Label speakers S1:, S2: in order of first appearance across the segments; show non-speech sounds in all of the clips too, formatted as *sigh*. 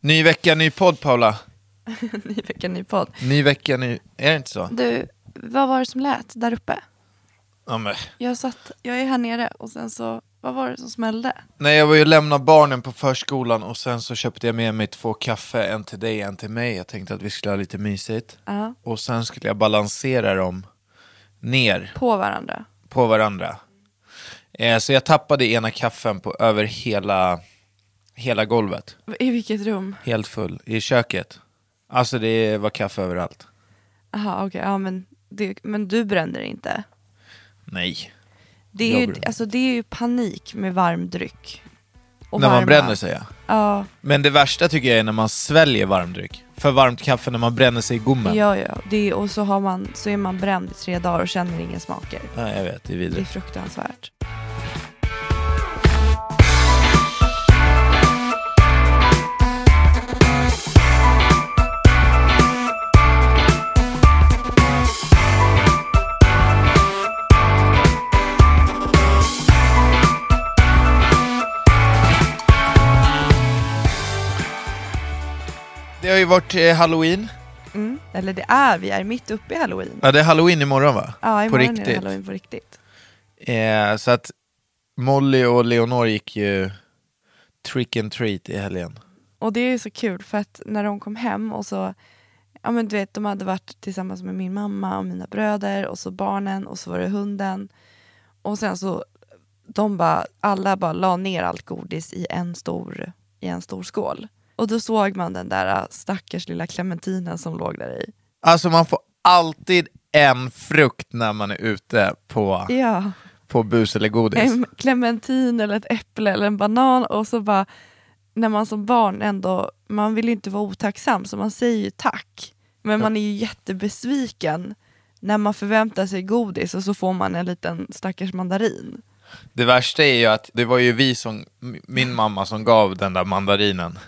S1: Ny vecka, ny podd Paula.
S2: *laughs* ny vecka, ny podd.
S1: Ny vecka, ny... Är det inte så?
S2: Du, vad var det som lät där uppe?
S1: Ja, men.
S2: Jag satt, jag är här nere och sen så, vad var det som smällde?
S1: Nej, jag var ju och lämnade barnen på förskolan och sen så köpte jag med mig två kaffe, en till dig, en till mig. Jag tänkte att vi skulle ha lite mysigt.
S2: Ja.
S1: Och sen skulle jag balansera dem ner
S2: På varandra.
S1: på varandra. Eh, så jag tappade ena kaffen på, över hela, hela golvet.
S2: I vilket rum?
S1: Helt full. I köket. Alltså det var kaffe överallt.
S2: Aha, okej, ja men, det, men du brände det inte.
S1: Nej.
S2: Det är,
S1: Jag
S2: ju,
S1: brände.
S2: alltså, det är ju panik med varm dryck. Och
S1: när man
S2: varma-
S1: bränner sig ja.
S2: Ja,
S1: Men det värsta tycker jag är när man sväljer varmdryck. För varmt kaffe när man bränner sig i gommen.
S2: ja, ja. Det är, och så, har man, så är man bränd i tre dagar och känner inga smaker.
S1: Ja, jag vet, det är
S2: Det är
S1: vidrigt.
S2: fruktansvärt.
S1: Det har ju varit eh, halloween.
S2: Mm. Eller det är, vi är mitt uppe i halloween.
S1: Ja, det är halloween imorgon va?
S2: Ja,
S1: På
S2: imorgon är det
S1: riktigt.
S2: halloween på riktigt.
S1: Eh, så att Molly och Leonor gick ju trick and treat i helgen.
S2: Och det är ju så kul för att när de kom hem och så, ja men du vet de hade varit tillsammans med min mamma och mina bröder och så barnen och så var det hunden. Och sen så, de bara, alla bara la ner allt godis i en stor, i en stor skål. Och då såg man den där äh, stackars lilla clementinen som låg där i.
S1: Alltså man får alltid en frukt när man är ute på,
S2: Ja,
S1: på bus eller godis.
S2: en clementin eller ett äpple eller en banan och så bara, när man som barn ändå, man vill ju inte vara otacksam så man säger ju tack. Men man är ju jättebesviken när man förväntar sig godis och så får man en liten stackars mandarin.
S1: Det värsta är ju att det var ju vi som, m- min mamma som gav den där mandarinen.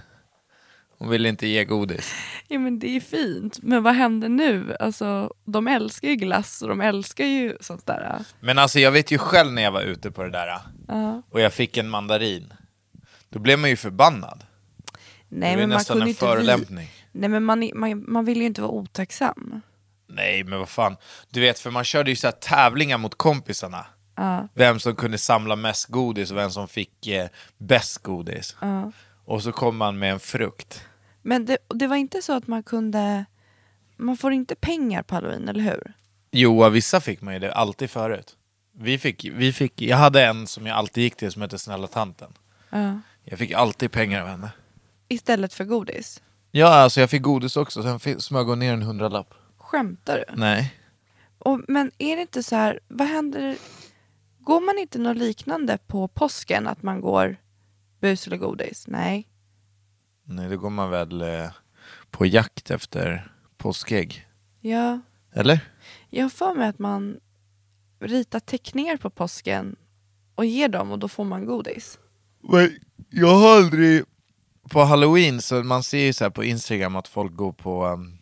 S1: Hon ville inte ge godis.
S2: Ja men det är fint, men vad händer nu? Alltså, de älskar ju glass och de älskar ju sånt där.
S1: Men alltså jag vet ju själv när jag var ute på det där
S2: Ja.
S1: och jag fick en mandarin. Då blev man ju förbannad.
S2: Nej,
S1: det var ju
S2: men man
S1: nästan
S2: kunde
S1: en
S2: inte vi...
S1: förolämpning.
S2: Nej men man, är- man, man vill ju inte vara otacksam.
S1: Nej men vad fan, du vet för man körde ju så här tävlingar mot kompisarna. Vem som kunde samla mest godis och vem som fick eh, bäst godis. Och så kom man med en frukt.
S2: Men det, det var inte så att man kunde, man får inte pengar på halloween, eller hur?
S1: Jo, av vissa fick man ju det, alltid förut. Vi fick, vi fick, jag hade en som jag alltid gick till som hette Snälla tanten. Jag fick alltid pengar av henne.
S2: Istället för godis.
S1: Ja, alltså jag fick godis också, sen fick, smög hon ner en hundralapp.
S2: Skämtar du?
S1: Nej.
S2: Och, men är det inte så här, vad händer? Går man inte något liknande på påsken? Att man går bus eller godis? Nej.
S1: Nej, då går man väl eh, på jakt efter påskägg.
S2: Jag,
S1: Eller?
S2: jag har för mig att man ritar teckningar på påsken och ger dem och då får man godis.
S1: Men jag har aldrig... På halloween, så man ser ju så här på instagram att folk går på um,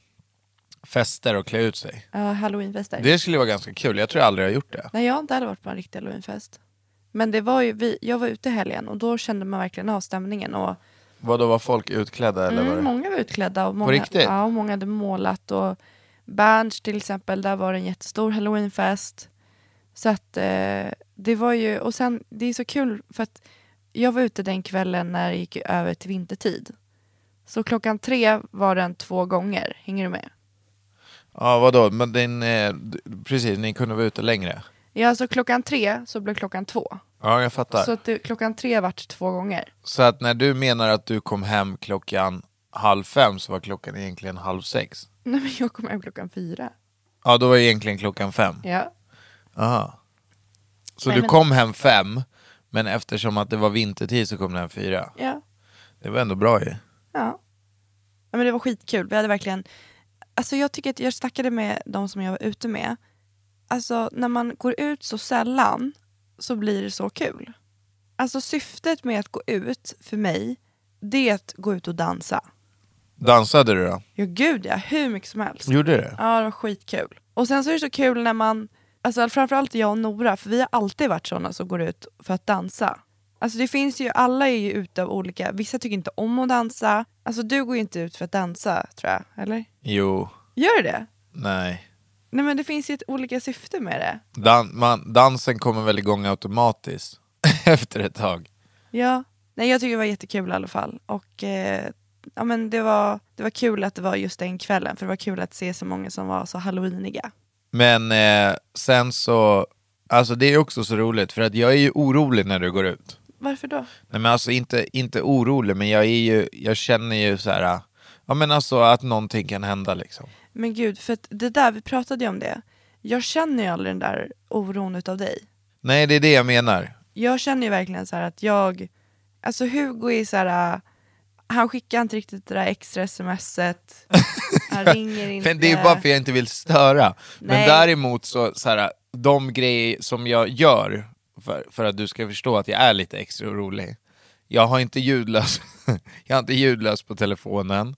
S1: fester och klär ut sig.
S2: Ja, halloweenfester.
S1: Det skulle vara ganska kul, jag tror jag aldrig har gjort det.
S2: Nej, jag har inte heller varit på en riktig halloweenfest. Men det var ju, vi, jag var ute i helgen och då kände man verkligen av stämningen. Och,
S1: Vad då var folk utklädda eller
S2: mm,
S1: vad? det?
S2: många var utklädda och många,
S1: riktigt?
S2: Ja, och många hade målat. Och Berns till exempel, där var det en jättestor halloweenfest. Så att eh, det var ju, och sen det är så kul för att jag var ute den kvällen när det gick över till vintertid. Så klockan tre var den två gånger, hänger du med?
S1: Ja, vadå? Men din, eh, d- precis, ni kunde vara ute längre.
S2: Ja, så klockan tre så blev klockan två.
S1: Ja, jag fattar.
S2: Så
S1: Så...
S2: att det, klockan tre vart två gånger.
S1: att när du menar att du kom hem klockan halv fem så var klockan egentligen halv sex?
S2: Nej men jag kom hem klockan fyra.
S1: Ja, då var egentligen klockan fem.
S2: Ja.
S1: Aha. Så
S2: Nej,
S1: du
S2: men-
S1: kom hem fem, men eftersom att det var vintertid så kom du hem fyra.
S2: Ja.
S1: Det var ändå bra ju.
S2: Ja. ja men det var skitkul. Vi hade verkligen... Alltså jag tycker att jag snackade med de som jag var ute med. Alltså när man går ut så sällan så blir det så kul. Alltså syftet med att gå ut för mig, det är att gå ut och dansa.
S1: Dansade du då?
S2: Ja gud ja, hur mycket som helst.
S1: Gjorde du?
S2: Ja det var skitkul. Och sen så är det så kul när man, alltså framförallt jag och Nora, för vi har alltid varit sådana som går ut för att dansa. Alltså det finns ju, alla är ju ute av olika, vissa tycker inte om att dansa. Alltså du går ju inte ut för att dansa tror jag, eller?
S1: Jo.
S2: Gör du det?
S1: Nej.
S2: Nej men det finns ju ett olika syfte med det.
S1: Dan- man, dansen kommer väl igång automatiskt *laughs* efter ett tag.
S2: Ja. Nej jag tycker det var jättekul i alla fall. Och eh, ja, men det, var, det var kul att det var just den kvällen, för det var kul att se så många som var så halloweeniga.
S1: Men eh, sen så, alltså det är också så roligt för att jag är ju orolig när du går ut.
S2: Varför då?
S1: Nej men alltså inte, inte orolig men jag är ju, jag känner ju så här, äh, ja men alltså att någonting kan hända liksom.
S2: Men gud, för att det där, vi pratade ju om det. Jag känner ju aldrig den där oron utav dig.
S1: Nej det är det jag menar.
S2: Jag känner ju verkligen så här att jag, alltså Hugo är så här, äh, han skickar inte riktigt det där
S1: *laughs*
S2: extra smset, han ringer inte.
S1: Men det är bara för jag inte vill störa. Men
S2: Nej.
S1: däremot så, så här, de grejer som jag gör för, för att du ska förstå att jag är lite extra orolig. Jag har inte ljudlös, *laughs* jag har inte ljudlös på telefonen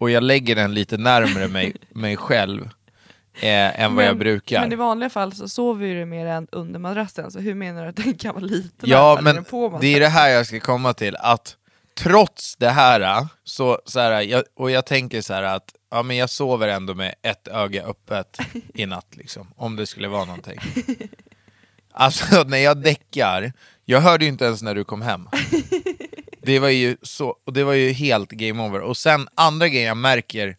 S1: och jag lägger den lite närmre mig, mig själv eh, än vad jag brukar.
S2: Men i vanliga fall så sover ju du med den under madrassen, så hur menar du att den kan vara liten?
S1: Ja,
S2: när den
S1: men
S2: är på
S1: det är det här jag ska komma till, att trots det här, så, så här jag, och jag tänker så här att ja, men jag sover ändå med ett öga öppet i natt, liksom, om det skulle vara
S2: *laughs*
S1: någonting. Alltså när jag däckar, jag hörde ju inte ens när du kom hem. Det var ju, så, och det var ju helt game over. Och sen andra grejen jag märker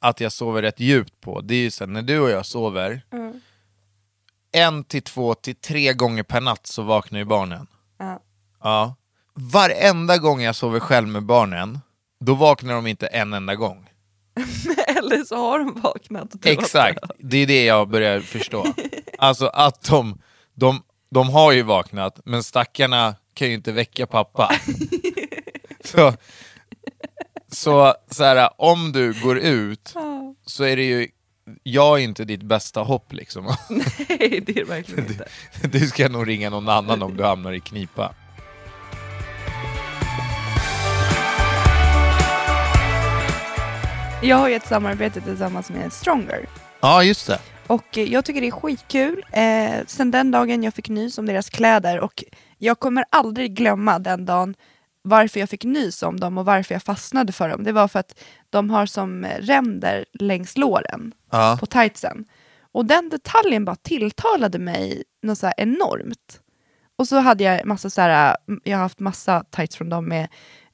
S1: att jag sover rätt djupt på, det är ju så här, när du och jag sover, en till två till tre gånger per natt så vaknar ju barnen.
S2: Ja.
S1: Ja. Varenda gång jag sover själv med barnen, då vaknar de inte en enda gång.
S2: *laughs* Eller så har de vaknat. och typ du har
S1: Exakt,
S2: dött.
S1: det är det jag börjar förstå. Alltså att de, de, de har ju vaknat, men stackarna kan ju inte väcka pappa. Så, så, så här, om du går ut så är det ju, jag är inte ditt bästa hopp liksom. *laughs*
S2: Nej, det är det verkligen inte.
S1: Du ska nog ringa någon annan om du hamnar i knipa.
S2: Jag har ju ett samarbete tillsammans med Stronger.
S1: Ja, just det.
S2: Och eh, jag tycker det är skitkul. Eh, sen den dagen jag fick nys om deras kläder och jag kommer aldrig glömma den dagen varför jag fick nys om dem och varför jag fastnade för dem. Det var för att de har som eh, ränder längs låren
S1: Ja.
S2: på tightsen. Och den detaljen bara tilltalade mig något så här enormt. Och så hade jag massa så här, eh, jag har haft massa tights från dem med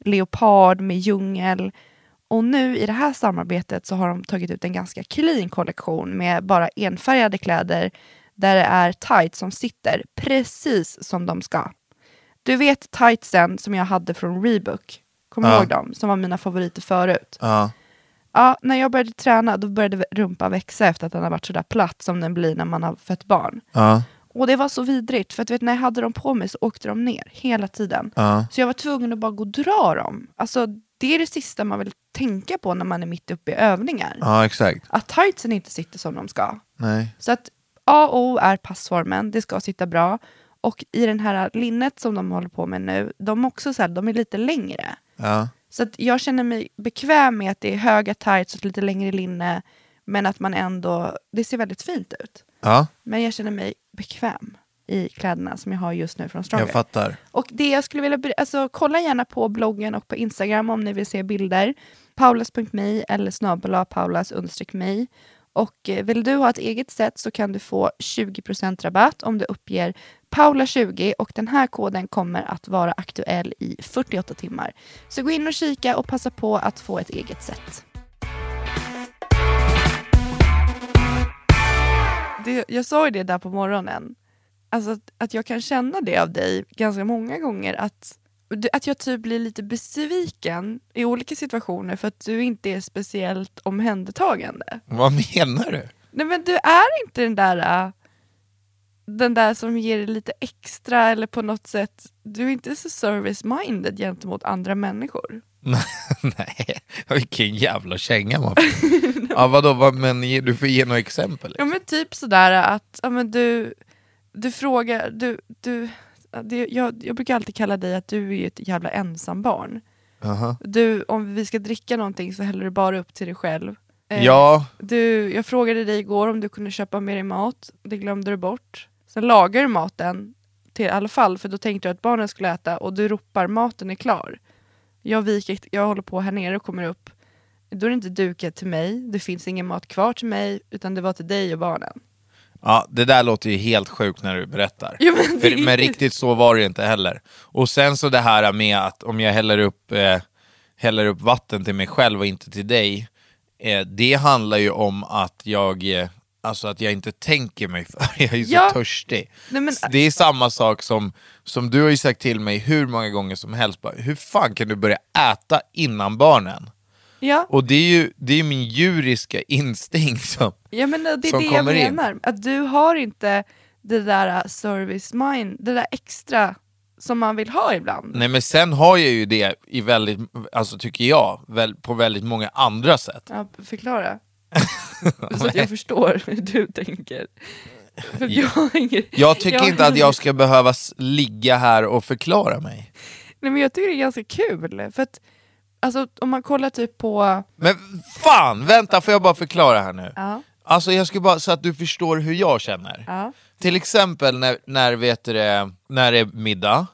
S2: leopard, med djungel. Och nu i det här samarbetet så har de tagit ut en ganska clean kollektion med bara enfärgade kläder där det är tights som sitter precis som de ska. Du vet tightsen som jag hade från Reebok, kommer du
S1: Ja.
S2: ihåg dem? Som var mina favoriter förut.
S1: Ja.
S2: Ja, när jag började träna då började rumpan växa efter att den har varit sådär platt som den blir när man har fött barn.
S1: Ja.
S2: Och det var så vidrigt, för att, vet, när jag hade dem på mig så åkte de ner hela tiden.
S1: Ja.
S2: Så jag var tvungen att bara gå och dra dem. Alltså, det är det sista man vill tänka på när man är mitt uppe i övningar.
S1: ja, exakt.
S2: Att tightsen inte sitter som de ska.
S1: Nej.
S2: Så att A och O är passformen, det ska sitta bra. Och i den här linnet som de håller på med nu, de, också så här, de är lite längre.
S1: Ja.
S2: Så att jag känner mig bekväm med att det är höga tights och lite längre linne, men att man ändå, det ser väldigt fint ut.
S1: Ja,
S2: Men jag känner mig bekväm i kläderna som jag har just nu från Stronger.
S1: jag fattar.
S2: Och det jag skulle vilja, ber- alltså kolla gärna på bloggen och på Instagram om ni vill se bilder. Paulas.me eller snabel-a paulas me. Och eh, vill du ha ett eget sätt så kan du få 20% rabatt om du uppger Paula20 och den här koden kommer att vara aktuell i 48 timmar. Så gå in och kika och passa på att få ett eget sätt. det, jag sa ju det där på morgonen, alltså att, att jag kan känna det av dig ganska många gånger, att, att jag typ blir lite besviken i olika situationer för att du inte är speciellt omhändertagande.
S1: Vad menar du? *laughs*
S2: Nej men du är inte den där, äh, den där som ger dig lite extra eller på något sätt, du är inte så service-minded gentemot andra människor.
S1: Nej, vilken jävla känga man får.
S2: *laughs*
S1: ja, vadå, vad, men ge- du får ge några exempel.
S2: Ja men typ sådär att ja, men du, du frågar, du, du, det, jag, jag brukar alltid kalla dig att du är ju ett jävla ensambarn.
S1: Aha.
S2: Du, om vi ska dricka någonting så häller du bara upp till dig själv. Eh,
S1: Ja,
S2: Du, jag frågade dig igår om du kunde köpa med dig mat, det glömde du bort. Sen lagar du maten till i alla fall för då tänkte du att barnen skulle äta och du ropar maten är klar. Jag viker, jag håller på här nere och kommer upp. Då är det inte dukat till mig, det finns ingen mat kvar till mig utan det var till dig och barnen.
S1: Ja, det där låter ju helt sjukt när du berättar.
S2: Ja, men det är
S1: För, men
S2: ju-
S1: riktigt så var det ju inte heller. Och sen så det här med att om jag häller upp, eh, häller upp vatten till mig själv och inte till dig, eh, det handlar ju om att jag, eh, alltså att jag inte tänker mig för. *laughs* Jag är ju
S2: Ja.
S1: så törstig.
S2: Nej, men-
S1: Så Det är samma sak som, som du har ju sagt till mig hur många gånger som helst, bara, hur fan kan du börja äta innan barnen?
S2: Ja,
S1: Och det är ju det är min djuriska *laughs* instinkt som
S2: ja men det är
S1: som
S2: det jag
S1: kommer in.
S2: menar. Att du har inte det där eh, service mind, det där extra som man vill ha ibland.
S1: Nej men sen har jag ju det i väldigt, alltså tycker jag, väl, på väldigt många andra sätt.
S2: Ja,
S1: *laughs*
S2: förklara. Så att jag förstår hur du tänker. För jag, har ingen-
S1: Jag tycker inte att jag ska behöva s- ligga här och förklara mig.
S2: Nej, men jag tycker det är ganska kul. För att, alltså, om man kollar typ på...
S1: Men fan, vänta får jag bara förklara här nu?
S2: Ja.
S1: Alltså jag ska bara, så att du förstår hur jag känner.
S2: Ja.
S1: Till exempel när, när, vet du det, när det är middag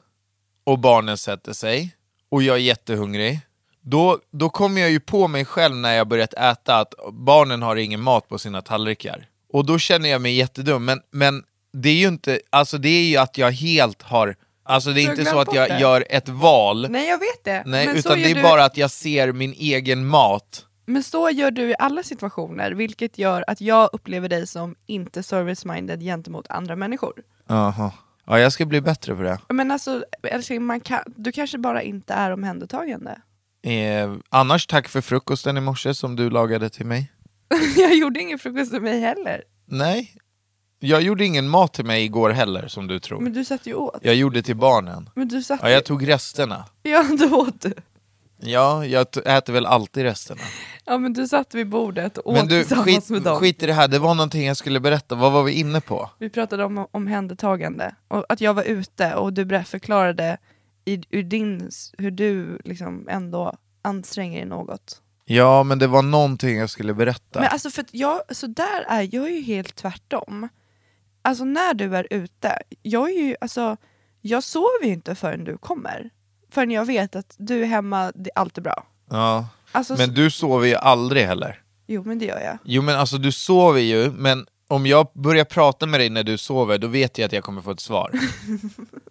S1: och barnen sätter sig och jag är jättehungrig. Då, då kommer jag ju på mig själv när jag börjat äta att barnen har ingen mat på sina tallrikar. Och då känner jag mig jättedum. Men, men det är ju inte, alltså det är ju att jag helt har, alltså det
S2: Du
S1: är
S2: har
S1: inte
S2: glömt
S1: så att
S2: bort
S1: jag
S2: det.
S1: gör ett val.
S2: Nej, jag vet det.
S1: Nej,
S2: men, så
S1: utan det
S2: gör
S1: är
S2: du,
S1: bara att jag ser min egen mat.
S2: men så gör du i alla situationer, vilket gör att jag upplever dig som inte service-minded gentemot andra människor.
S1: Aha. Ja, jag ska bli bättre på det.
S2: Men alltså, älskling, man kan, du kanske bara inte är omhändertagande. *laughs*
S1: Eh, annars tack för frukosten i morse som du lagade till mig.
S2: jag gjorde ingen frukost till mig heller.
S1: Nej, jag gjorde ingen mat till mig igår heller som du tror.
S2: Men du satt ju åt.
S1: Jag gjorde till barnen.
S2: Men du satt
S1: Ja, jag tog resterna.
S2: ju... Ja, *laughs* du åt du.
S1: Ja, jag t- äter väl alltid resterna.
S2: Ja men du satt vid bordet och
S1: Men
S2: åt
S1: du,
S2: tillsammans
S1: skit,
S2: med dem.
S1: skit i det här. Det var någonting jag skulle berätta. Vad var vi inne på?
S2: Vi pratade om omhändertagande och att jag var ute och du ber- förklarade i, ur din, hur du liksom ändå anstränger dig något.
S1: Ja, men det var någonting jag skulle berätta.
S2: Men alltså för att jag, så där är jag är ju helt tvärtom. Alltså när du är ute, jag är ju, alltså jag sover ju inte förrän du kommer. Förrän jag vet att du är hemma, det, allt är bra.
S1: ja.
S2: Alltså,
S1: men du sover ju aldrig heller.
S2: Jo men det gör jag.
S1: Jo, men alltså du sover ju, men om jag börjar prata med dig när du sover, då vet jag att jag kommer få ett
S2: *laughs*
S1: svar.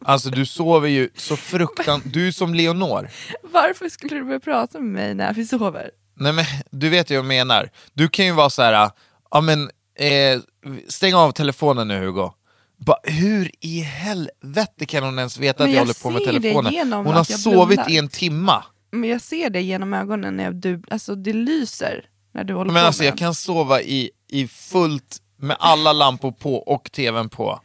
S1: alltså du sover ju så fruktansvärt... Du är som Leonor.
S2: Varför skulle du börja prata med mig när vi sover?
S1: Nej men du vet ju vad jag menar. Du kan ju vara så här, ja men eh, stäng av telefonen nu Hugo. Bara, hur i helvete kan hon ens veta
S2: Men
S1: att jag,
S2: jag
S1: håller på med
S2: ser det
S1: telefonen?
S2: genom
S1: Hon har
S2: att jag
S1: sovit
S2: blundar.
S1: i en timma.
S2: Men jag ser det genom ögonen när jag, du, alltså det lyser när du håller
S1: Men
S2: på
S1: alltså
S2: med
S1: jag
S2: den.
S1: kan sova i, i fullt med alla lampor på och tvn på.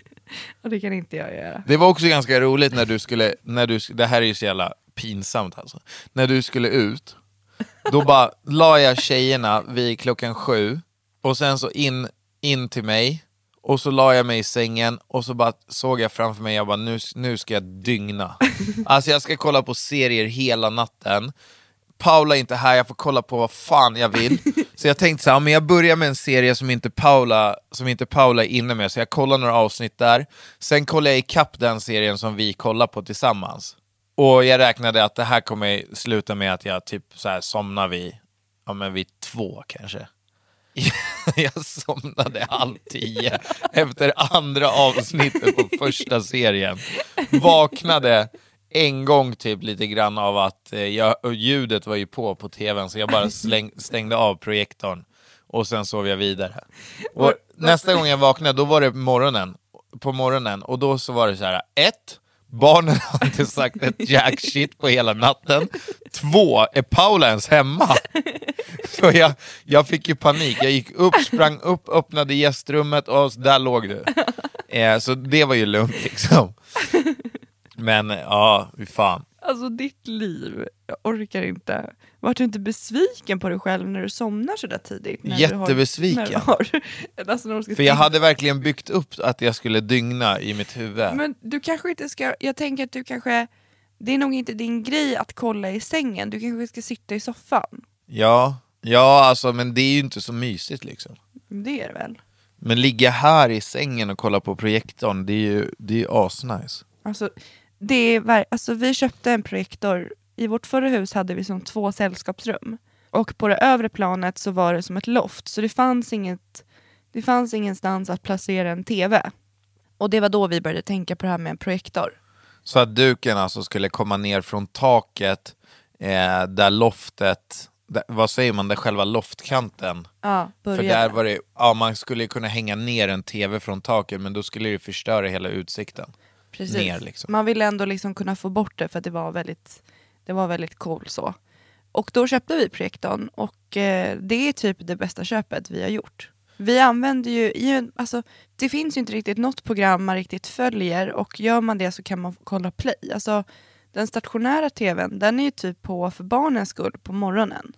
S2: Och det kan inte jag göra.
S1: Det var också ganska roligt när du skulle, när du, det här är ju så jävla pinsamt alltså. När du skulle ut, då bara la jag tjejerna vid klockan sju och sen så in, in till mig Och så la jag mig i sängen och så bara såg jag framför mig, jag bara nu, nu ska jag dygna. alltså jag ska kolla på serier hela natten. Paula är inte här, jag får kolla på vad fan jag vill. Så jag tänkte så här, men jag börjar med en serie som inte, Paula, som inte Paula är inne med, så jag kollar några avsnitt där. Sen kollar jag ikapp den serien som vi kollar på tillsammans. Och jag räknade att det här kommer sluta med att jag typ så här somnar vid, ja men vid två kanske. *laughs* Jag somnade halv tio efter andra avsnittet på första serien. Vaknade en gång typ lite grann av att eh, jag, och ljudet var ju på på tvn så jag bara släng, stängde av projektorn och sen sov jag vidare. Och nästa gång jag vaknade då var det morgonen, på morgonen och då så var det så här, ett, Barnen har inte sagt ett jack shit på hela natten. Två, är Paula ens hemma? *laughs* Så jag, jag fick ju panik. Jag gick upp, sprang upp, öppnade gästrummet och så där låg du. Eh, så det var ju lugnt liksom. Men eh, ja, fy fan.
S2: Alltså ditt liv, jag orkar inte. Vart du inte besviken på dig själv när du somnar sådär tidigt? När
S1: Jättebesviken.
S2: Du har, *laughs* när du har, alltså när du ska
S1: För jag
S2: tänka-
S1: hade verkligen byggt upp att jag skulle dygna i mitt huvud.
S2: Men du kanske inte ska, jag tänker att du kanske, det är nog inte din grej att kolla i sängen, du kanske ska sitta i soffan.
S1: Ja, ja alltså, men det är ju inte så mysigt liksom.
S2: Det är det väl?
S1: Men ligga här i sängen och kolla på projektorn, det är ju, det är ju asnice.
S2: Alltså, det är, ver- alltså, vi köpte en projektor, i vårt förra hus hade vi som två sällskapsrum. Och på det övre planet så var det som ett loft, så det fanns, inget, det fanns ingenstans att placera en TV. Och det var då vi började tänka på det här med en projektor.
S1: Så att duken alltså skulle komma ner från taket, eh, där loftet, där, vad säger man, där själva loftkanten.
S2: Ja,
S1: För
S2: började.
S1: där var det, ja man skulle ju kunna hänga ner en tv från taket men då skulle det ju förstöra hela utsikten.
S2: Precis.
S1: ner, liksom.
S2: Man ville ändå liksom kunna få bort det för att det var väldigt, det var väldigt cool så. Och då köpte vi projektorn och eh, det är typ det bästa köpet vi har gjort. Vi använder ju, i en- alltså, det finns ju inte riktigt något program man riktigt följer och gör man det så kan man kolla play. Alltså, den stationära tvn den är ju typ på för barnens skull på morgonen.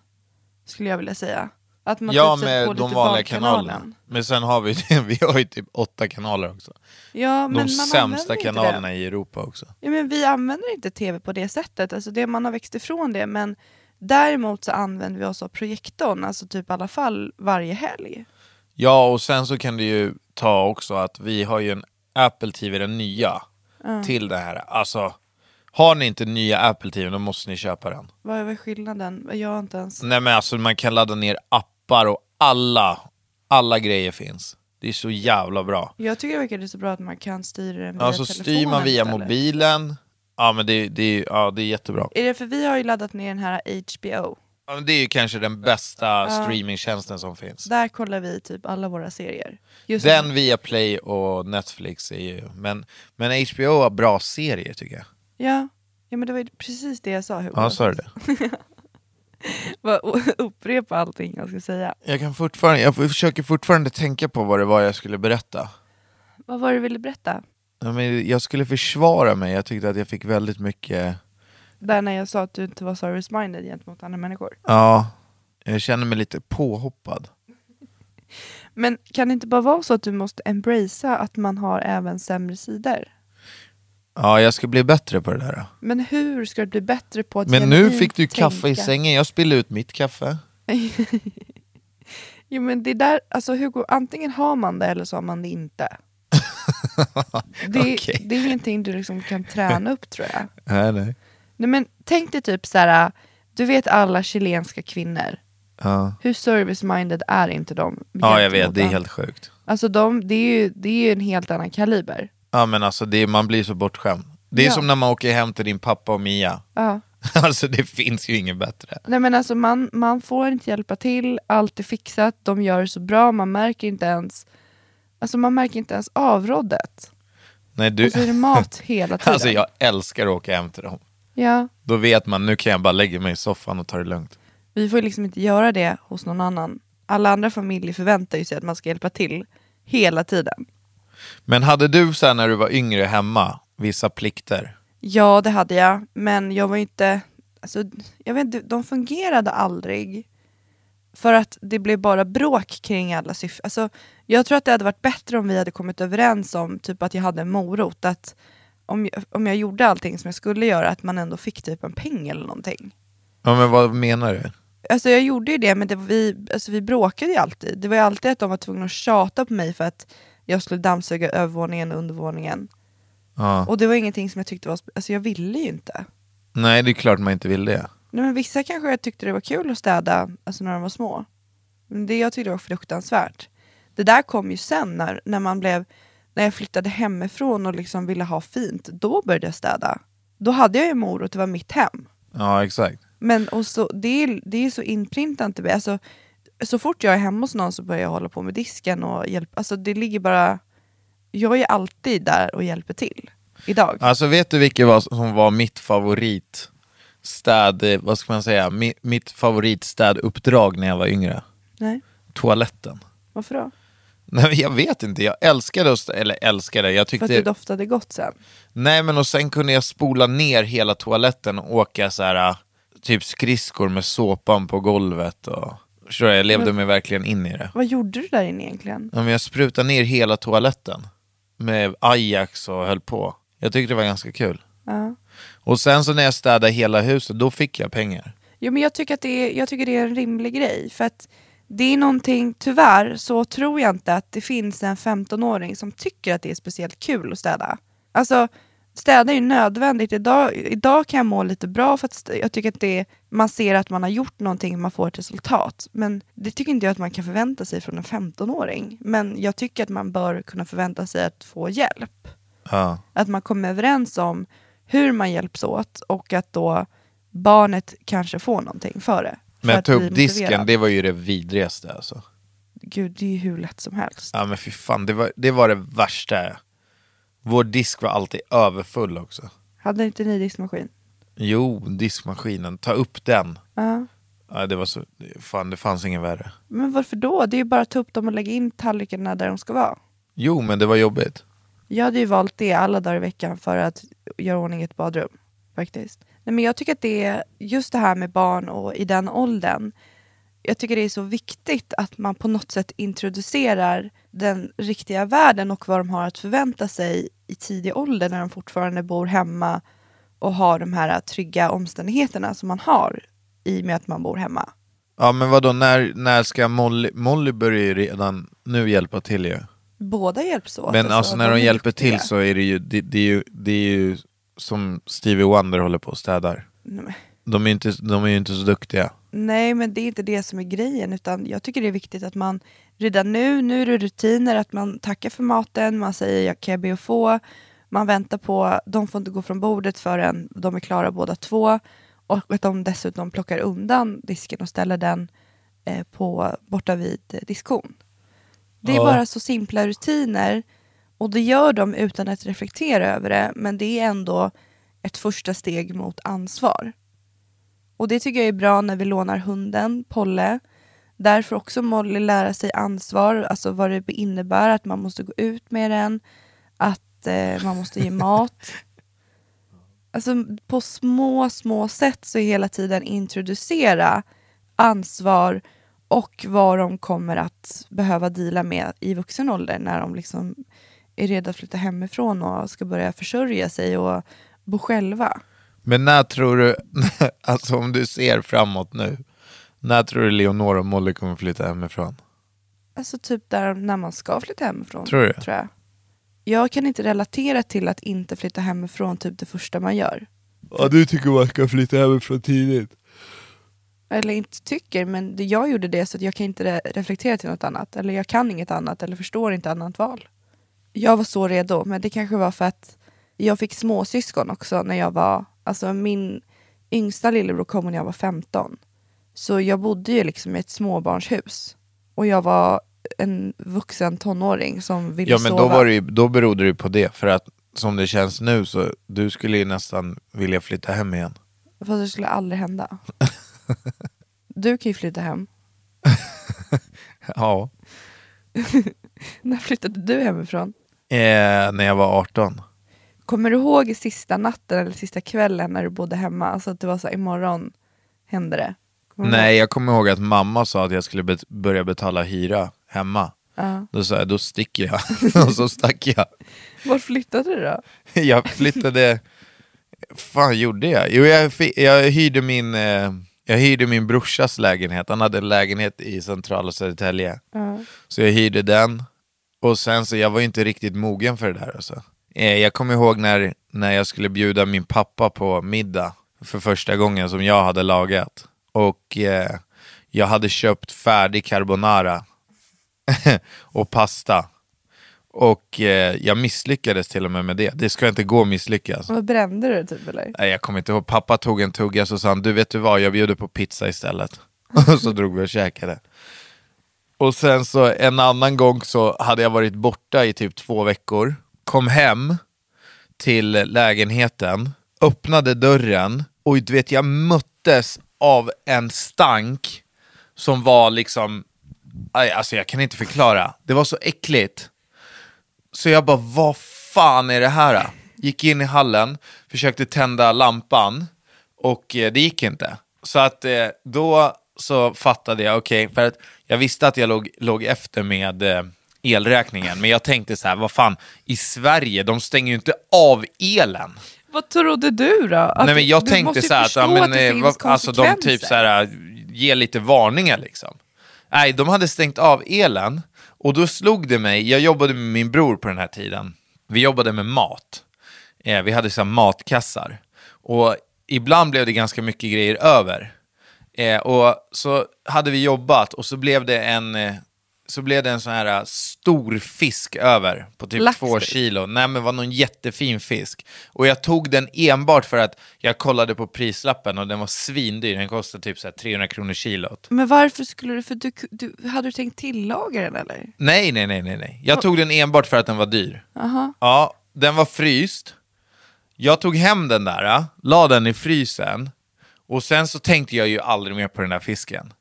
S2: Skulle jag vilja säga. Att man
S1: ja
S2: typ sätter på
S1: med de
S2: lite
S1: vanliga
S2: barnkanalen.
S1: kanalerna. Men sen har vi, *laughs* vi har ju typ åtta kanaler också. de
S2: Ja, men man använder
S1: sämsta
S2: inte det.
S1: kanalerna i Europa också.
S2: Ja, men vi använder inte tv på det sättet, alltså det man har växt ifrån det. Men däremot så använder vi oss av projektorn, alltså typ i alla fall varje helg.
S1: Ja, och sen så kan du ju ta också att vi har ju en Apple TV, den nya, till det här. Alltså, har ni inte nya Apple TV, då måste ni köpa den.
S2: Vad är skillnaden? Jag har inte ens...
S1: Nej men alltså man kan ladda ner appar och alla, alla grejer finns. Det är så jävla bra.
S2: Jag tycker det verkar det så bra att man kan styra den via
S1: Alltså styr man
S2: telefonen
S1: via
S2: istället.
S1: mobilen, ja men det, det, är- ja, det är jättebra.
S2: Är det för vi har ju laddat ner den här HBO.
S1: Ja, men det är ju kanske den bästa streamingtjänsten som finns.
S2: Där kollar vi typ alla våra serier. Just
S1: Den via Play och Netflix är ju, men, men HBO har bra serier tycker jag.
S2: Ja. ja, men det var ju precis det jag sa. Hugo.
S1: Ja,
S2: *laughs*
S1: sa du det?
S2: Bara o- *laughs* Upprepa allting jag ska säga.
S1: Jag, kan fortfarande, jag försöker fortfarande tänka på vad det var jag skulle berätta.
S2: Vad var det du ville berätta?
S1: Ja, men Jag skulle försvara mig, jag tyckte att jag fick väldigt mycket
S2: Där när jag sa att du inte var service-minded gentemot andra människor.
S1: Ja, jag känner mig lite påhoppad.
S2: Men kan det inte bara vara så att du måste embracea att man har även sämre sidor?
S1: Ja, jag ska bli bättre på det där. då.
S2: Men hur ska du bli bättre på att
S1: Men nu
S2: genuint
S1: fick du kaffe i
S2: tänka?
S1: sängen, jag spillde ut mitt kaffe.
S2: Jo men det där, alltså Hugo, antingen har man det eller så har man
S1: *laughs*
S2: det inte. det, är-
S1: Okej.
S2: det är ingenting du liksom kan träna upp tror jag.
S1: Nej, nej.
S2: Nej men tänk dig typ så här. du vet alla chilenska kvinnor.
S1: Ja,
S2: Hur service-minded är inte de?
S1: ja jag
S2: gentemot
S1: vet, det är
S2: andra?
S1: helt sjukt.
S2: Alltså de, det är ju, det är ju en helt annan kaliber.
S1: Ja, men alltså det, man blir så bortskämd. Det är
S2: Ja.
S1: som när man åker hem till din pappa och Mia.
S2: Ja.
S1: *laughs* Alltså det finns ju inget bättre.
S2: Nej men alltså man, man får inte hjälpa till, allt är fixat, de gör det så bra, man märker inte ens Alltså man märker inte ens avrådet.
S1: Nej, du... *laughs*
S2: Och så är det mat hela tiden.
S1: Alltså jag älskar att åka hem till dem.
S2: Ja,
S1: Då vet man, nu kan jag bara lägga mig i soffan och ta det lugnt.
S2: vi får ju liksom inte göra det hos någon annan. Alla andra familjer förväntar ju sig att man ska hjälpa till hela tiden.
S1: Men hade du så här när du var yngre hemma, vissa plikter?
S2: Ja, det hade jag, men jag var ju inte... Alltså, jag vet inte, de fungerade aldrig. För att det blev bara bråk kring alla syften. Alltså, jag tror att det hade varit bättre om vi hade kommit överens om typ att jag hade en morot. Att om, jag, om jag gjorde allting som jag skulle göra, att man ändå fick typ en peng eller någonting.
S1: Ja, men vad menar du?
S2: Alltså jag gjorde ju det, men det var vi, alltså vi bråkade ju alltid. Det var ju alltid att de var tvungna att tjata på mig för att jag skulle dammsuga övervåningen och undervåningen.
S1: Ja.
S2: Och det var ingenting som jag tyckte var... sp- Alltså jag ville ju inte.
S1: Nej, det är klart man inte vill det.
S2: Nej, men vissa kanske jag tyckte det var kul att städa alltså när de var små. Men det jag tyckte var fruktansvärt. Det där kom ju sen när, när man blev... När jag flyttade hemifrån och liksom ville ha fint, då började jag städa. Då hade jag ju en morot, det var mitt hem.
S1: Ja, exakt.
S2: Men och så, det, är, det är så inprintat i mig. Alltså, så fort jag är hemma hos någon så börjar jag hålla på med disken och hjälpa. Alltså, det ligger bara... Jag är alltid där och hjälper till. Idag.
S1: Alltså vet du vilket var, som var mitt favorit städ, eh, vad ska man säga, mi, mitt favoritstäduppdrag när jag var yngre?
S2: Nej,
S1: Toaletten. *laughs*
S2: varför då?
S1: Nej, jag vet inte, jag älskade att stä- eller älskade, jag
S2: För
S1: tyckte...
S2: att du doftade gott sen.
S1: Nej men och sen kunde jag spola ner hela toaletten och åka så här äh, typ skridskor med såpan på golvet och Förstår du? jag levde mig verkligen in i det.
S2: Vad gjorde du där inne egentligen?
S1: Ja, men jag sprutade ner hela toaletten med Ajax och höll på. Jag tyckte det var ganska kul.
S2: Ja.
S1: Och sen så när jag städade hela huset, då fick jag pengar.
S2: Jo, men jag, tycker att det är, jag tycker det är en rimlig grej. För att det är någonting, tyvärr så tror jag inte att det finns en 15-åring som tycker att det är speciellt kul att städa. Alltså, städa är ju nödvändigt. Idag, idag kan jag må lite bra för att st- jag tycker att det är, man ser att man har gjort någonting, man får ett resultat. Men det tycker inte jag att man kan förvänta sig från en 15-åring. Men jag tycker att man bör kunna förvänta sig att få hjälp.
S1: Ja.
S2: att man kommer överens om hur man hjälps åt och att då barnet kanske får någonting för det. för
S1: Men
S2: att
S1: ta
S2: bli
S1: upp disken,
S2: motiverad.
S1: det var ju det vidrigaste alltså.
S2: Gud, det är ju hur lätt som helst.
S1: Ja men fy fan, det var det, var det värsta. Vår disk var alltid överfull också.
S2: Hade inte ni diskmaskin?
S1: Jo, diskmaskinen, ta upp den.
S2: Ja.
S1: Ja, det var så, fan det fanns ingen värre.
S2: Men varför då? Det är ju bara att ta upp dem och lägga in tallrikarna där de ska vara.
S1: Jo, men det var jobbigt.
S2: Jag hade ju valt det alla dagar i veckan för att göra ordning i ett badrum. Faktiskt. Nej, men jag tycker att det är just det här med barn och i den åldern. Jag tycker det är så viktigt att man på något sätt introducerar den riktiga världen och vad de har att förvänta sig i tidig ålder när de fortfarande bor hemma och har de här trygga omständigheterna som man har i och med att man bor hemma.
S1: Ja men vadå, när, när ska Molly, Molly börjar ju redan nu hjälpa till ju.
S2: Båda hjälps åt.
S1: Men alltså när de
S2: är
S1: hjälper till
S2: duktiga.
S1: så är det ju, det, det är ju, det är ju som Stevie Wonder håller på och städar.
S2: Nej, men-
S1: De är ju inte, de är ju inte så duktiga.
S2: Nej, men det är inte det som är grejen. Utan jag tycker det är viktigt att man redan nu, nu är det rutiner, att man tackar för maten, man säger jag kan jag be att få. Man väntar på, de får inte gå från bordet förrän de är klara båda två. Och att de dessutom plockar undan disken och ställer den eh, på, borta vid eh, diskon. Det är
S1: Ja.
S2: bara så simpla rutiner och det gör de utan att reflektera över det. Men det är ändå ett första steg mot ansvar. Och det tycker jag är bra när vi lånar hunden, Polle. Där får också Molly lära sig ansvar, alltså vad det innebär att man måste gå ut med den, att eh, man måste ge mat. Alltså på små, små sätt så hela tiden introducera ansvar och vad de kommer att behöva deala med i vuxen ålder när de liksom är redo att flytta hemifrån och ska börja försörja sig och bo själva.
S1: Men när tror du, *laughs* alltså om du ser framåt nu, när tror du Leonor och Molly kommer flytta hemifrån?
S2: Alltså typ där när man ska flytta hemifrån.
S1: Tror du det?
S2: Tror jag. jag kan inte relatera till att inte flytta hemifrån typ det första man gör.
S1: Ja du tycker man ska flytta hemifrån tidigt?
S2: Eller inte tycker, men det- jag gjorde det så att jag kan inte re- reflektera till något annat. Eller jag kan inget annat eller förstår inte annat val. Jag var så redo, men det kanske var för att jag fick småsyskon också när jag var, alltså min yngsta lillebror kom när jag var 15. Så jag bodde ju liksom i ett småbarnshus. Och jag var en vuxen tonåring som ville
S1: Ja men
S2: sova.
S1: då, var det ju, då berodde det ju på det, för att som det känns nu så du skulle ju nästan vilja flytta hem igen.
S2: Fast det skulle aldrig
S1: *laughs*
S2: hända. Du kan ju flytta hem.
S1: Ja.
S2: När flyttade du hemifrån?
S1: Eh, när jag var 18.
S2: Kommer du ihåg sista natten eller sista kvällen när du bodde hemma? Alltså att det var så här, imorgon händer det. du ihåg?
S1: Nej, jag kommer ihåg att mamma sa att jag skulle bet- börja betala hyra hemma. Då sa jag, då sticker jag. *laughs* och så stack jag.
S2: Vart flyttade du då?
S1: Jag flyttade... fan gjorde jag? Jo, jag, fi- jag, hyrde min, eh, jag hyrde min brorsas lägenhet. Han hade en lägenhet i centrala Södertälje. Så jag hyrde den. Och sen så, jag var ju inte riktigt mogen för det där. Alltså. Eh, jag kommer ihåg när, när jag skulle bjuda min pappa på middag för första gången som jag hade lagat. Och eh, jag hade köpt färdig carbonara *laughs* och pasta. Och eh, jag misslyckades till och med med det. Det ska inte gå att misslyckas.
S2: Vad brände du typ eller?
S1: Nej, jag kommer inte ihåg. Pappa tog en tugga så sa han, du vet du vad, jag bjuder på pizza istället. *laughs* Och så drog vi och käkade. Och sen så en annan gång så hade jag varit borta i typ två veckor. Kom hem till lägenheten, öppnade dörren och du vet jag möttes av en stank som var liksom, aj, alltså jag kan inte förklara. Det var så äckligt. Så jag bara, vad fan är det här? då?" Gick in i hallen, försökte tända lampan och eh, det gick inte. Så att eh, då så fattade jag, okej, för att jag visste att jag låg, låg efter med eh, elräkningen, men jag tänkte så här, vad fan, i Sverige, de stänger ju inte av elen.
S2: Vad trodde du då? Att
S1: Nej, men jag
S2: du måste
S1: tänkte
S2: ju
S1: så här, att,
S2: förstå
S1: ja, men,
S2: att det
S1: eh,
S2: finns
S1: vad- alltså de typ
S2: konsekvenser.
S1: så här, ge lite varningar liksom. Nej, de hade stängt av elen och då slog det mig, jag jobbade med min bror på den här tiden. Vi jobbade med mat. Eh, vi hade så här matkassar. Och ibland blev det ganska mycket grejer över. Eh, och så hade vi jobbat och så blev det en, eh, så blev det en sån här eh, stor fisk över på typ
S2: Lax,
S1: två
S2: typ.
S1: kilo. Nej men var någon jättefin fisk. Och jag tog den enbart för att jag kollade på prislappen och den var svindyr. Den kostade typ så här 300 kronor kilot.
S2: Men varför skulle du, för du, du, hade du tänkt tillaga den eller?
S1: Nej, nej, nej, nej, nej. Jag tog den enbart för att den var dyr. Ja, den var fryst. Jag tog hem den där, äh, la den i frysen och sen så tänkte jag ju aldrig mer på den där fisken.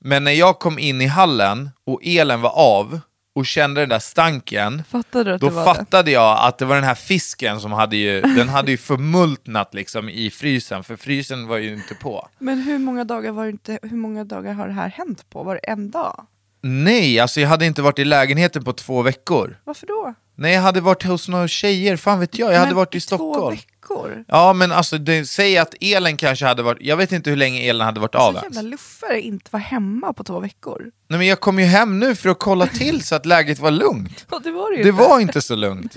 S1: Men när jag kom in i hallen och elen var av och kände den där stanken,
S2: Fattade du att
S1: då
S2: det var
S1: fattade jag att det var den här fisken som hade ju, den hade ju förmultnat liksom i frysen, för frysen var ju inte på.
S2: det? Men hur många, dagar var det inte, hur många dagar har det här hänt på? Var det en dag?
S1: Nej, alltså jag hade inte varit i lägenheten på två veckor.
S2: Varför då?
S1: Nej, jag hade varit hos några tjejer, fan vet jag. Jag hade
S2: Men
S1: varit i
S2: Två
S1: Stockholm.
S2: veckor?
S1: Ja, men alltså, det, säg att elen kanske hade varit... Jag vet inte hur länge elen hade varit av
S2: Så
S1: ens.
S2: jävla luffare inte vara hemma på två veckor.
S1: Nej, men jag kom ju hem nu för att kolla till så att läget var lugnt.
S2: Ja, det var det ju
S1: Det
S2: inte.
S1: var inte så lugnt.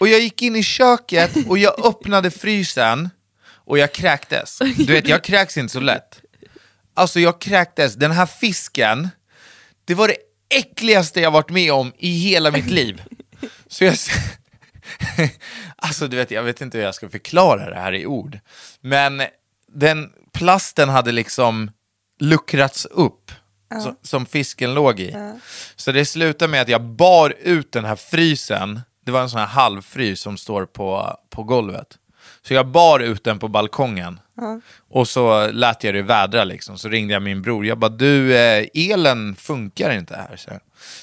S1: Och jag gick in i köket och jag öppnade frysen och jag kräktes. Du vet, jag kräks inte så lätt. Alltså jag kräktes. Den här fisken, det var det äckligaste jag varit med om i hela mitt liv. Så jag... s- *laughs* Alltså du vet, jag vet inte hur jag ska förklara det här i ord. Men den plasten hade liksom luckrats upp. Som, som fisken låg i. Så det slutade med att jag bar ut den här frysen. Det var en sån här halvfrys som står på, på golvet. Så jag bar ut den på balkongen. Och så lät jag det vädra liksom. Så ringde jag min bror. Jag bara, du, eh, elen funkar inte här. Så,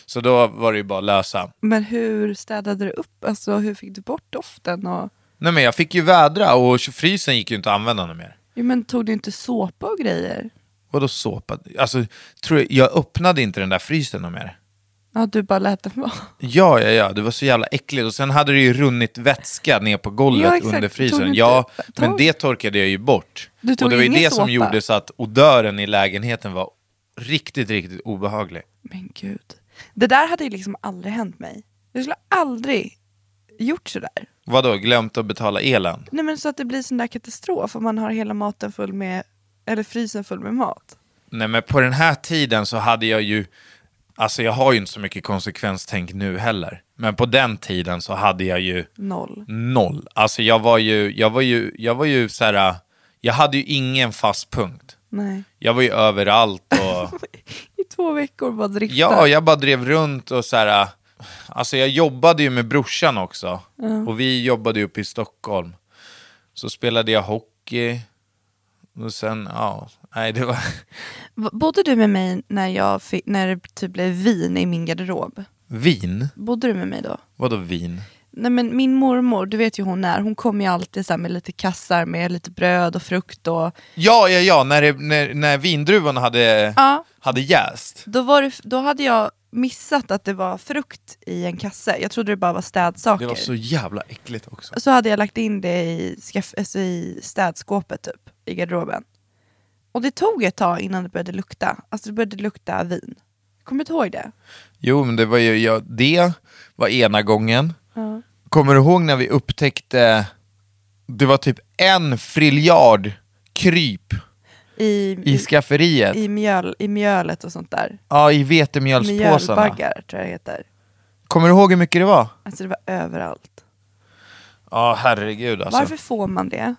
S1: så då var det ju bara att lösa.
S2: Men hur städade du upp? Alltså, hur fick du bort doften? Och...
S1: Nej men jag fick ju vädra och frysen gick ju inte att använda någon mer.
S2: Jo, men tog du inte såpa och grejer?
S1: Vadå såpa? Alltså, tror jag, jag öppnade inte den där frysen någon mer.
S2: Ja, du bara lät den vara. *laughs*
S1: Ja, ja, ja, det var så jävla äckligt. Och sen hade det ju runnit vätska ner på
S2: Ja,
S1: golvet
S2: exakt.
S1: under
S2: Tog du
S1: frysen.
S2: inte-
S1: Ja,
S2: tog-
S1: men det torkade jag ju bort.
S2: Du tog
S1: och det var ju
S2: ingen
S1: det som
S2: såpa?
S1: gjorde så att odören i lägenheten var riktigt, riktigt obehaglig.
S2: Men gud. Det där hade ju liksom aldrig hänt mig. Jag skulle aldrig gjort sådär.
S1: Vadå, glömt att betala elen?
S2: Nej, men så att det blir sån där katastrof om man har hela maten full med, eller frysen full med mat.
S1: Nej, men på den här tiden så hade jag ju... Alltså jag har ju inte så mycket konsekvenstänk nu heller. Men på den tiden så hade jag ju...
S2: Noll.
S1: Noll. Alltså jag var ju, jag var ju, jag var ju så här, jag hade ju ingen fast punkt.
S2: Nej.
S1: Jag var ju överallt och,
S2: I två veckor bara drifta.
S1: ja, jag bara drev runt och så här, alltså jag jobbade ju med brorsan också. Och vi jobbade ju uppe i Stockholm. Så spelade jag hockey. Och sen, ja, nej det var, *laughs*
S2: V- Bodde du med mig när, jag fick, när det typ blev vin i min garderob?
S1: vin?
S2: Bodde du med mig då?
S1: Vadå vin?
S2: nej men min mormor, du vet ju hon är, hon kommer ju alltid så här med lite kassar med lite bröd och frukt och
S1: Ja, ja, ja, när, det, när, när vindruvorna hade,
S2: Ja.
S1: hade jäst.
S2: då, var det, då hade jag missat att det var frukt i en kasse. Jag trodde det bara var städsaker.
S1: Det var så jävla äckligt också.
S2: Och så hade jag lagt in det i, skaff, alltså i städskåpet typ, i garderoben. Och det tog ett tag innan det började lukta. Alltså det började lukta vin. Kommer du inte ihåg det?
S1: Jo, men det var ju, ja, det var ena gången. Kommer du ihåg när vi upptäckte, det var typ en friljard kryp
S2: I,
S1: i skafferiet.
S2: i, mjöl, I mjölet och sånt där.
S1: ja, i vetemjölspåsarna.
S2: Mjölbaggar tror jag det heter.
S1: Kommer du ihåg hur mycket det var?
S2: Alltså det var överallt.
S1: Ja, herregud alltså.
S2: Varför får man det?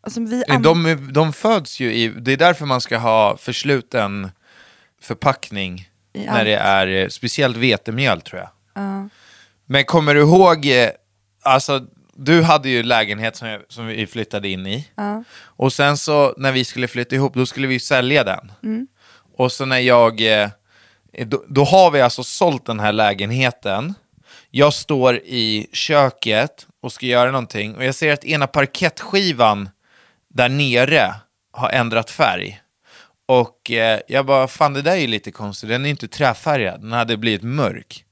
S2: Alltså vi
S1: Nej,
S2: an-
S1: De, de föds ju i, det är därför man ska ha försluten förpackning
S2: I
S1: när
S2: allt.
S1: det är eh, speciellt vetemjöl tror jag. Men kommer du ihåg, eh, alltså du hade ju lägenhet som, jag, som vi flyttade in i. Och sen så när vi skulle flytta ihop, då skulle vi ju sälja den.
S2: Mm.
S1: Och så när jag, eh, då, då har vi alltså sålt den här lägenheten. Jag står i köket och ska göra någonting och jag ser att ena parkettskivan där nere har ändrat färg. Och eh, jag bara, fan det där är ju lite konstigt, den är inte träfärgad, den hade blivit mörk.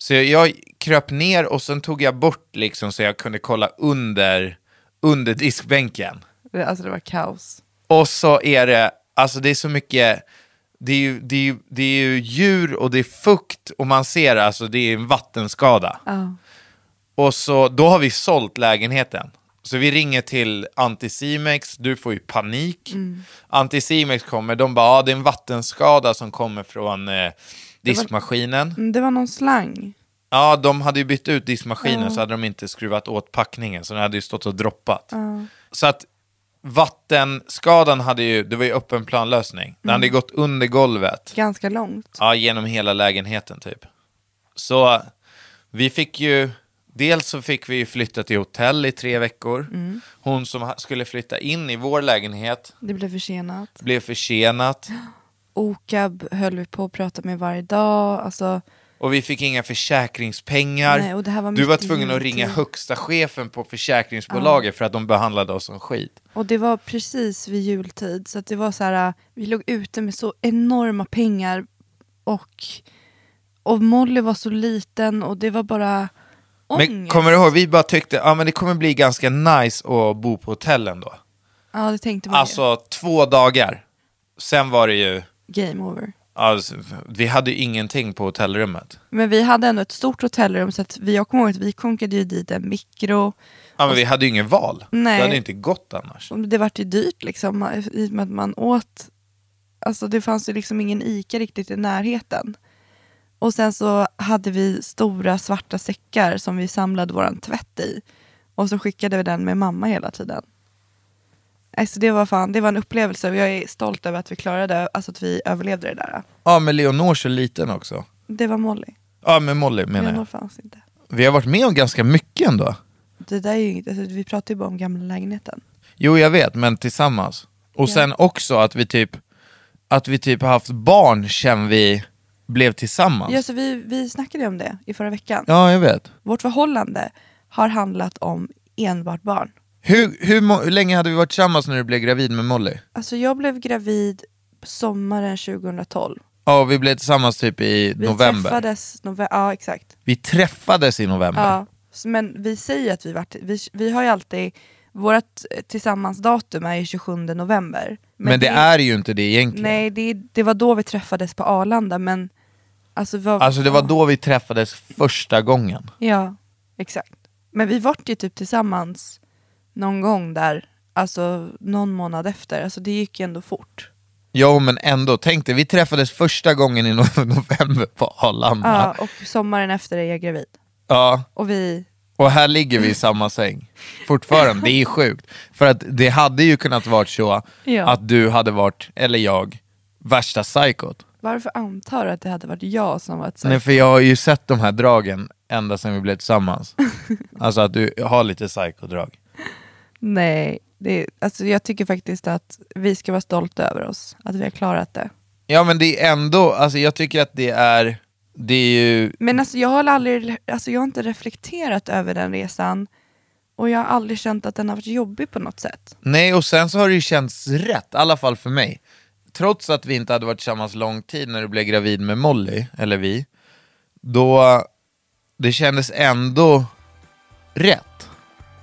S1: Så jag, jag kröp ner och sen tog jag bort liksom så jag kunde kolla under, under diskbänken.
S2: Alltså det var kaos.
S1: Och så är det, alltså det är så mycket, det är ju, det är ju, det är ju djur och det är fukt och man ser alltså det är en vattenskada. Och så, då har vi sålt lägenheten. Så vi ringer till Anticimex, du får ju panik. Anticimex kommer, de bara, ah, det är en vattenskada som kommer från eh, diskmaskinen.
S2: Mm, Det var någon slang.
S1: Ja, de hade ju bytt ut diskmaskinen så hade de inte skruvat åt packningen så den hade ju stått och droppat. Så att vattenskadan hade ju, det var ju öppen planlösning. Den hade ju gått under golvet,
S2: Ganska långt.
S1: ja, genom hela lägenheten typ. Så vi fick ju, dels så fick vi ju flytta till hotell i tre veckor. Hon som ha- skulle flytta in i vår lägenhet
S2: Det blev försenat.
S1: blev försenat
S2: Okab höll vi på att prata med varje dag. Alltså,
S1: och vi fick inga försäkringspengar.
S2: Nej, och det här var
S1: du var
S2: mitt typ. i
S1: tvungen att
S2: min
S1: ringa
S2: tid.
S1: högsta chefen på försäkringsbolaget för att de behandlade oss som skit.
S2: Och det var precis vid jultid, så att det var så här, äh, vi låg ute med så enorma pengar och, och Molly var så liten och det var bara ångest.
S1: Men kommer du ihåg, vi bara tyckte att ah, men det kommer bli ganska nice att bo på hotellen då.
S2: Ja, det tänkte man
S1: Alltså två dagar. Sen var det ju,
S2: ju. Game over.
S1: alltså, vi hade ju ingenting på hotellrummet.
S2: Men vi hade ändå ett stort hotellrum, så att vi, jag kommer ihåg att vi konkade ju dit en mikro.
S1: Ja, men vi hade ju ingen val.
S2: Nej.
S1: Det hade inte gått annars.
S2: Och Det vart ju dyrt liksom, i och med att man åt. Alltså det fanns ju liksom ingen ICA riktigt i närheten. Och sen så hade vi stora svarta säckar som vi samlade våran tvätt i. Och så skickade vi den med mamma hela tiden. Alltså det var fan, det var en upplevelse och jag är stolt över att vi klarade, alltså att vi överlevde det där.
S1: Ja, men Leonor så liten också.
S2: Det var Molly.
S1: Ja, men Molly menar
S2: Leonor
S1: jag.
S2: fanns inte.
S1: Vi har varit med om ganska mycket ändå.
S2: Det där är ju inget, alltså vi pratar ju bara om gamla lägenheten.
S1: Jo, jag vet, men tillsammans. Och sen också att vi typ att vi typ har haft barn sen vi blev tillsammans.
S2: Ja, så vi, vi snackade ju om det i förra veckan.
S1: Ja, jag vet.
S2: Vårt förhållande har handlat om enbart barn.
S1: Hur, hur, må- hur länge hade vi varit tillsammans när du blev gravid med Molly?
S2: Alltså jag blev gravid på sommaren 2012.
S1: Ja, vi blev tillsammans typ i
S2: Vi
S1: november.
S2: träffades november, ja exakt.
S1: Vi träffades i november.
S2: Ja. s- Men vi säger att vi varit, vi, vi har ju alltid, vårt tillsammansdatum är ju 27 november.
S1: men, det, är ju inte det egentligen.
S2: Nej, det, det var då vi träffades på Arlanda men... Alltså, vad-
S1: Alltså det var
S2: ja.
S1: då vi träffades första gången.
S2: Ja, exakt. Men vi vart ju typ tillsammans någon gång där, alltså någon månad efter. Alltså det gick ju ändå fort.
S1: Jo men ändå, tänk dig, vi träffades första gången i no- *laughs* november på Arlanda.
S2: Ja,
S1: Ja.
S2: och sommaren efter är jag gravid. Och vi
S1: Och här ligger vi i samma säng. Fortfarande, det är sjukt. För att det hade ju kunnat varit så
S2: Ja.
S1: att du hade varit, eller jag, värsta psykot.
S2: Varför antar du att det hade varit jag som var ett
S1: Nej för jag har ju sett de här dragen ända sedan vi blev tillsammans. alltså att du har lite psykodrag.
S2: Nej, det, alltså jag tycker faktiskt att vi ska vara stolta över oss, att vi har klarat det.
S1: Ja men det är ändå, alltså jag tycker att det är, Det är ju...
S2: Men alltså, jag, har aldrig, alltså, jag har inte reflekterat över den resan och jag har aldrig känt att den har varit jobbig på något sätt.
S1: Nej, och sen så har det ju känts rätt, i alla fall för mig. Trots att vi inte hade varit tillsammans lång tid när du blev gravid med Molly, eller vi, då det kändes ändå rätt.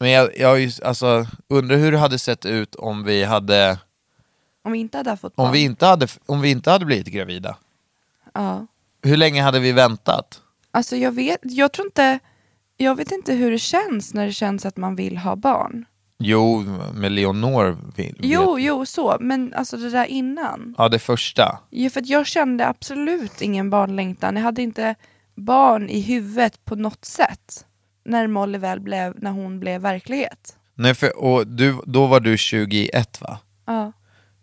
S1: Men jag, jag har ju, alltså, undrar hur det hade sett ut om vi hade,
S2: Om vi inte hade fått barn.
S1: om vi inte hade, om vi inte hade blivit gravida.
S2: ja.
S1: Hur länge hade vi väntat?
S2: Alltså jag vet, jag tror inte, jag vet inte hur det känns när det känns att man vill ha barn.
S1: Jo, med Leonor vill
S2: Jo,
S1: vet-
S2: jo, så, men alltså det där innan.
S1: Ja, det första.
S2: Ja, för att jag kände absolut ingen barnlängtan. Jag hade inte barn i huvudet på något sätt. När Molly väl blev, när hon blev verklighet.
S1: Nej, för, och du, då var du 21 va?
S2: Ja.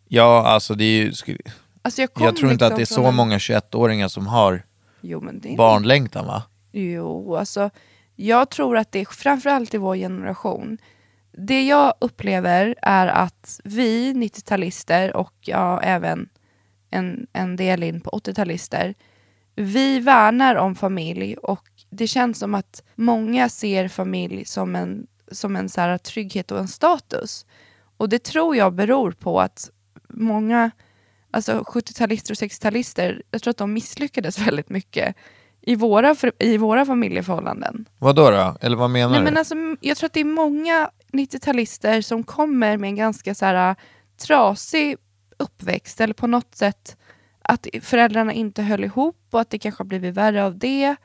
S1: Ja, alltså det är ju, skulle-
S2: Alltså jag, kom
S1: jag tror inte
S2: liksom
S1: att det är
S2: från
S1: så
S2: en-
S1: många 21-åringar som har
S2: jo, men det är
S1: barnlängtan va?
S2: Jo, alltså jag tror att det är framförallt i vår generation. Det jag upplever är att vi 90-talister och ja, även en, en del in på 80-talister, vi värnar om familj och det känns som att många ser familj som en, som en så här trygghet och en status. Och det tror jag beror på att många alltså 70-talister och 60-talister, jag tror att de misslyckades *laughs* väldigt mycket i våra, för, i våra familjeförhållanden.
S1: Vad då, då? Eller vad menar
S2: Nej,
S1: du?
S2: men alltså, jag tror att det är många 90-talister som kommer med en ganska så här, trasig uppväxt eller på något sätt att föräldrarna inte höll ihop och att det kanske har blivit värre av det.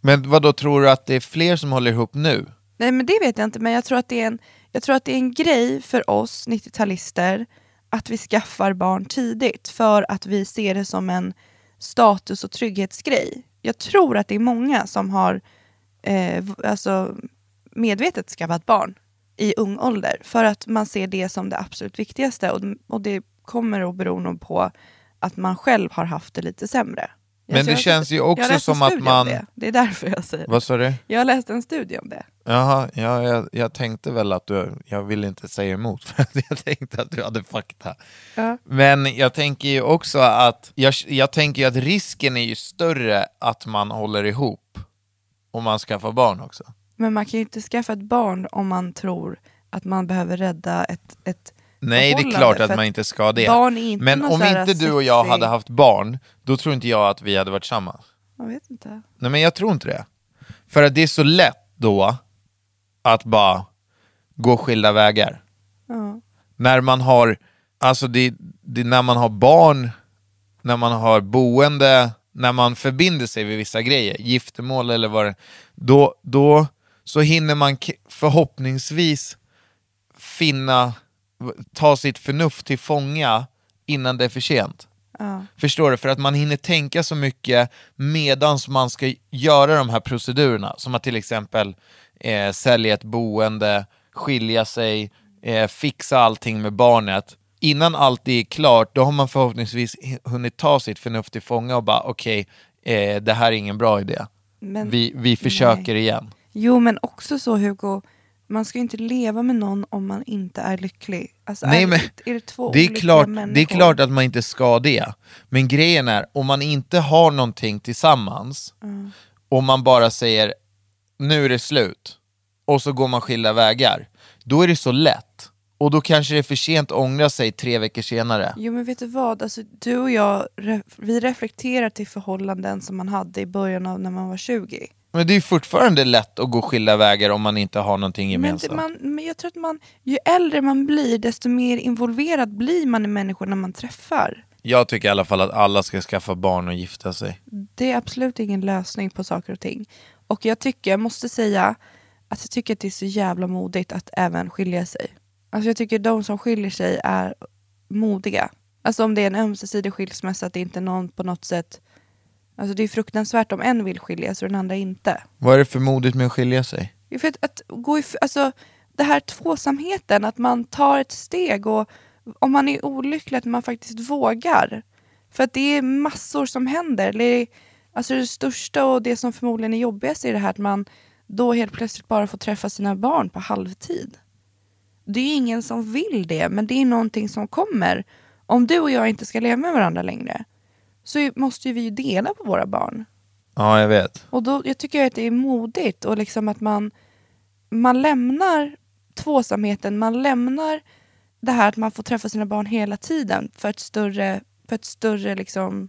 S1: men vad då tror du att det är fler som håller ihop nu?
S2: Nej men det vet jag inte men jag tror att det är en, jag tror att det är en grej för oss 90-talister att vi skaffar barn tidigt för att vi ser det som en status och trygghetsgrej. Jag tror att det är många som har eh, v- alltså, medvetet skaffat barn i ung ålder för att man ser det som det absolut viktigaste och, och det kommer att bero nog på att man själv har haft det lite sämre. Jag-
S1: Men
S2: så
S1: det
S2: jag-
S1: känns ju
S2: jag
S1: också
S2: läste en
S1: som att
S2: studie om
S1: man-
S2: Det. det är därför jag säger det.
S1: Vad sa du?
S2: Jag läste en studie om det.
S1: Jaha, ja, jag, jag tänkte väl att du, jag ville inte säga emot *laughs* för att jag tänkte att du hade fakta.
S2: Ja.
S1: Men jag tänker ju också att, jag, jag tänker ju att risken är ju större att man håller ihop om man skaffar barn också.
S2: Men man kan ju inte skaffa ett barn om man tror att man behöver rädda ett, ett
S1: Nej, det är
S2: förhållande,
S1: klart
S2: för
S1: att man inte ska det.
S2: Barn är inte
S1: Men
S2: någon
S1: om
S2: så här
S1: inte du och jag
S2: sexig-
S1: hade haft barn, då tror inte jag att vi hade varit tillsammans.
S2: Jag vet inte.
S1: Nej men jag tror inte det. För att det är så lätt då att bara gå skilda vägar.
S2: Ja.
S1: När man har, alltså det, det, är när man har barn, när man har boende, när man förbinder sig vid vissa grejer, giftermål eller vad det då, då så hinner man k- förhoppningsvis finna, v- ta sitt förnuft till fånga innan det är för sent. Förstår du? För att man hinner tänka så mycket medan man ska göra de här procedurerna. Som att till exempel eh, sälja ett boende, skilja sig, eh, fixa allting med barnet. Innan allt det är klart, då har man förhoppningsvis hi- hunnit ta sitt förnuft till fånga och bara okej, eh, det här är ingen bra idé.
S2: Men-
S1: vi, vi försöker
S2: Nej.
S1: igen.
S2: Jo, men också så Hugo, man ska ju inte leva med någon om man inte är lycklig. Alltså,
S1: Nej,
S2: är,
S1: men
S2: det, är det två
S1: det är,
S2: olika
S1: klart,
S2: människor?
S1: det är klart att man inte ska det. Men grejen är, om man inte har någonting tillsammans,
S2: Mm.
S1: och man bara säger nu är det slut, och så går man skilda vägar, då är det så lätt. Och då kanske det är för sent att ångra sig tre veckor senare.
S2: Jo, men vet du vad? Alltså, du och jag, re- vi reflekterar till förhållanden som man hade i början av när man var 20.
S1: Men det är ju fortfarande lätt att gå skilda vägar om man inte har någonting
S2: Men, det,
S1: gemensamt.
S2: man, men jag tror att man, ju äldre man blir, desto mer involverad blir man i människorna man träffar.
S1: Jag tycker i alla fall att alla ska skaffa barn och gifta sig.
S2: Det är absolut ingen lösning på saker och ting. Och jag tycker, jag måste säga, att jag tycker att det är så jävla modigt att även skilja sig. Alltså jag tycker de som skiljer sig är modiga. Alltså om det är en ömsesidig skilsmässa, att det inte är någon på något sätt... Alltså det är fruktansvärt om en vill skiljas och den andra inte.
S1: Vad är det för modigt med att skilja sig?
S2: Jo, För att, att gå if- alltså, det här tvåsamheten, att man tar ett steg och om man är olycklig att man faktiskt vågar. För att det är massor som händer. Det, är, alltså det största och det som förmodligen är jobbigast är det här att man då helt plötsligt bara får träffa sina barn på halvtid. Det är ingen som vill det, men det är någonting som kommer. Om du och jag inte ska leva med varandra längre så är- måste ju vi ju dela på våra barn.
S1: Ja, jag vet.
S2: Och då, jag tycker att det är modigt och liksom att man, man lämnar tvåsamheten, man lämnar det här att man får träffa sina barn hela tiden för ett större, för ett större liksom,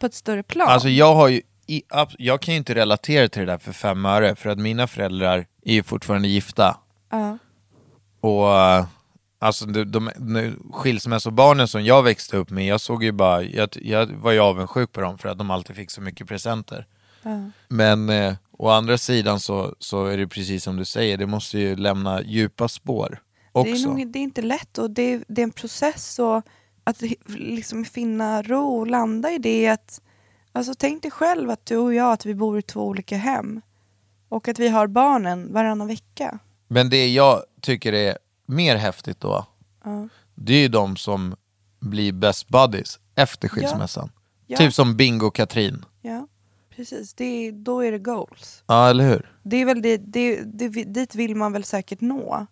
S2: på ett större plan.
S1: Alltså jag har ju, i, ab- jag kan ju inte relatera till det där för fem öre, för att mina föräldrar är ju fortfarande gifta.
S2: Ja.
S1: Och eh, alltså de, de, nu, skilsmässobarnen som jag växte upp med, jag såg ju bara, jag, jag var ju avundsjuk på dem för att de alltid fick så mycket presenter. Men eh, å andra sidan så, så är det precis som du säger, det måste ju lämna djupa spår
S2: det, är
S1: också.
S2: nog, det är inte lätt och det är, det är en process och att hi- liksom finna ro och landa i det. Att, alltså tänk dig själv att du och jag att vi bor i två olika hem och att vi har barnen varannan vecka.
S1: Men det jag tycker är mer häftigt då, det är ju de som blir best buddies efter skilsmässan.
S2: Ja.
S1: Typ som Bingo och Katrin.
S2: Ja, precis. Det är, då är det goals.
S1: Ja, eller hur?
S2: Det är väl det, det, det, dit vill man väl säkert nå.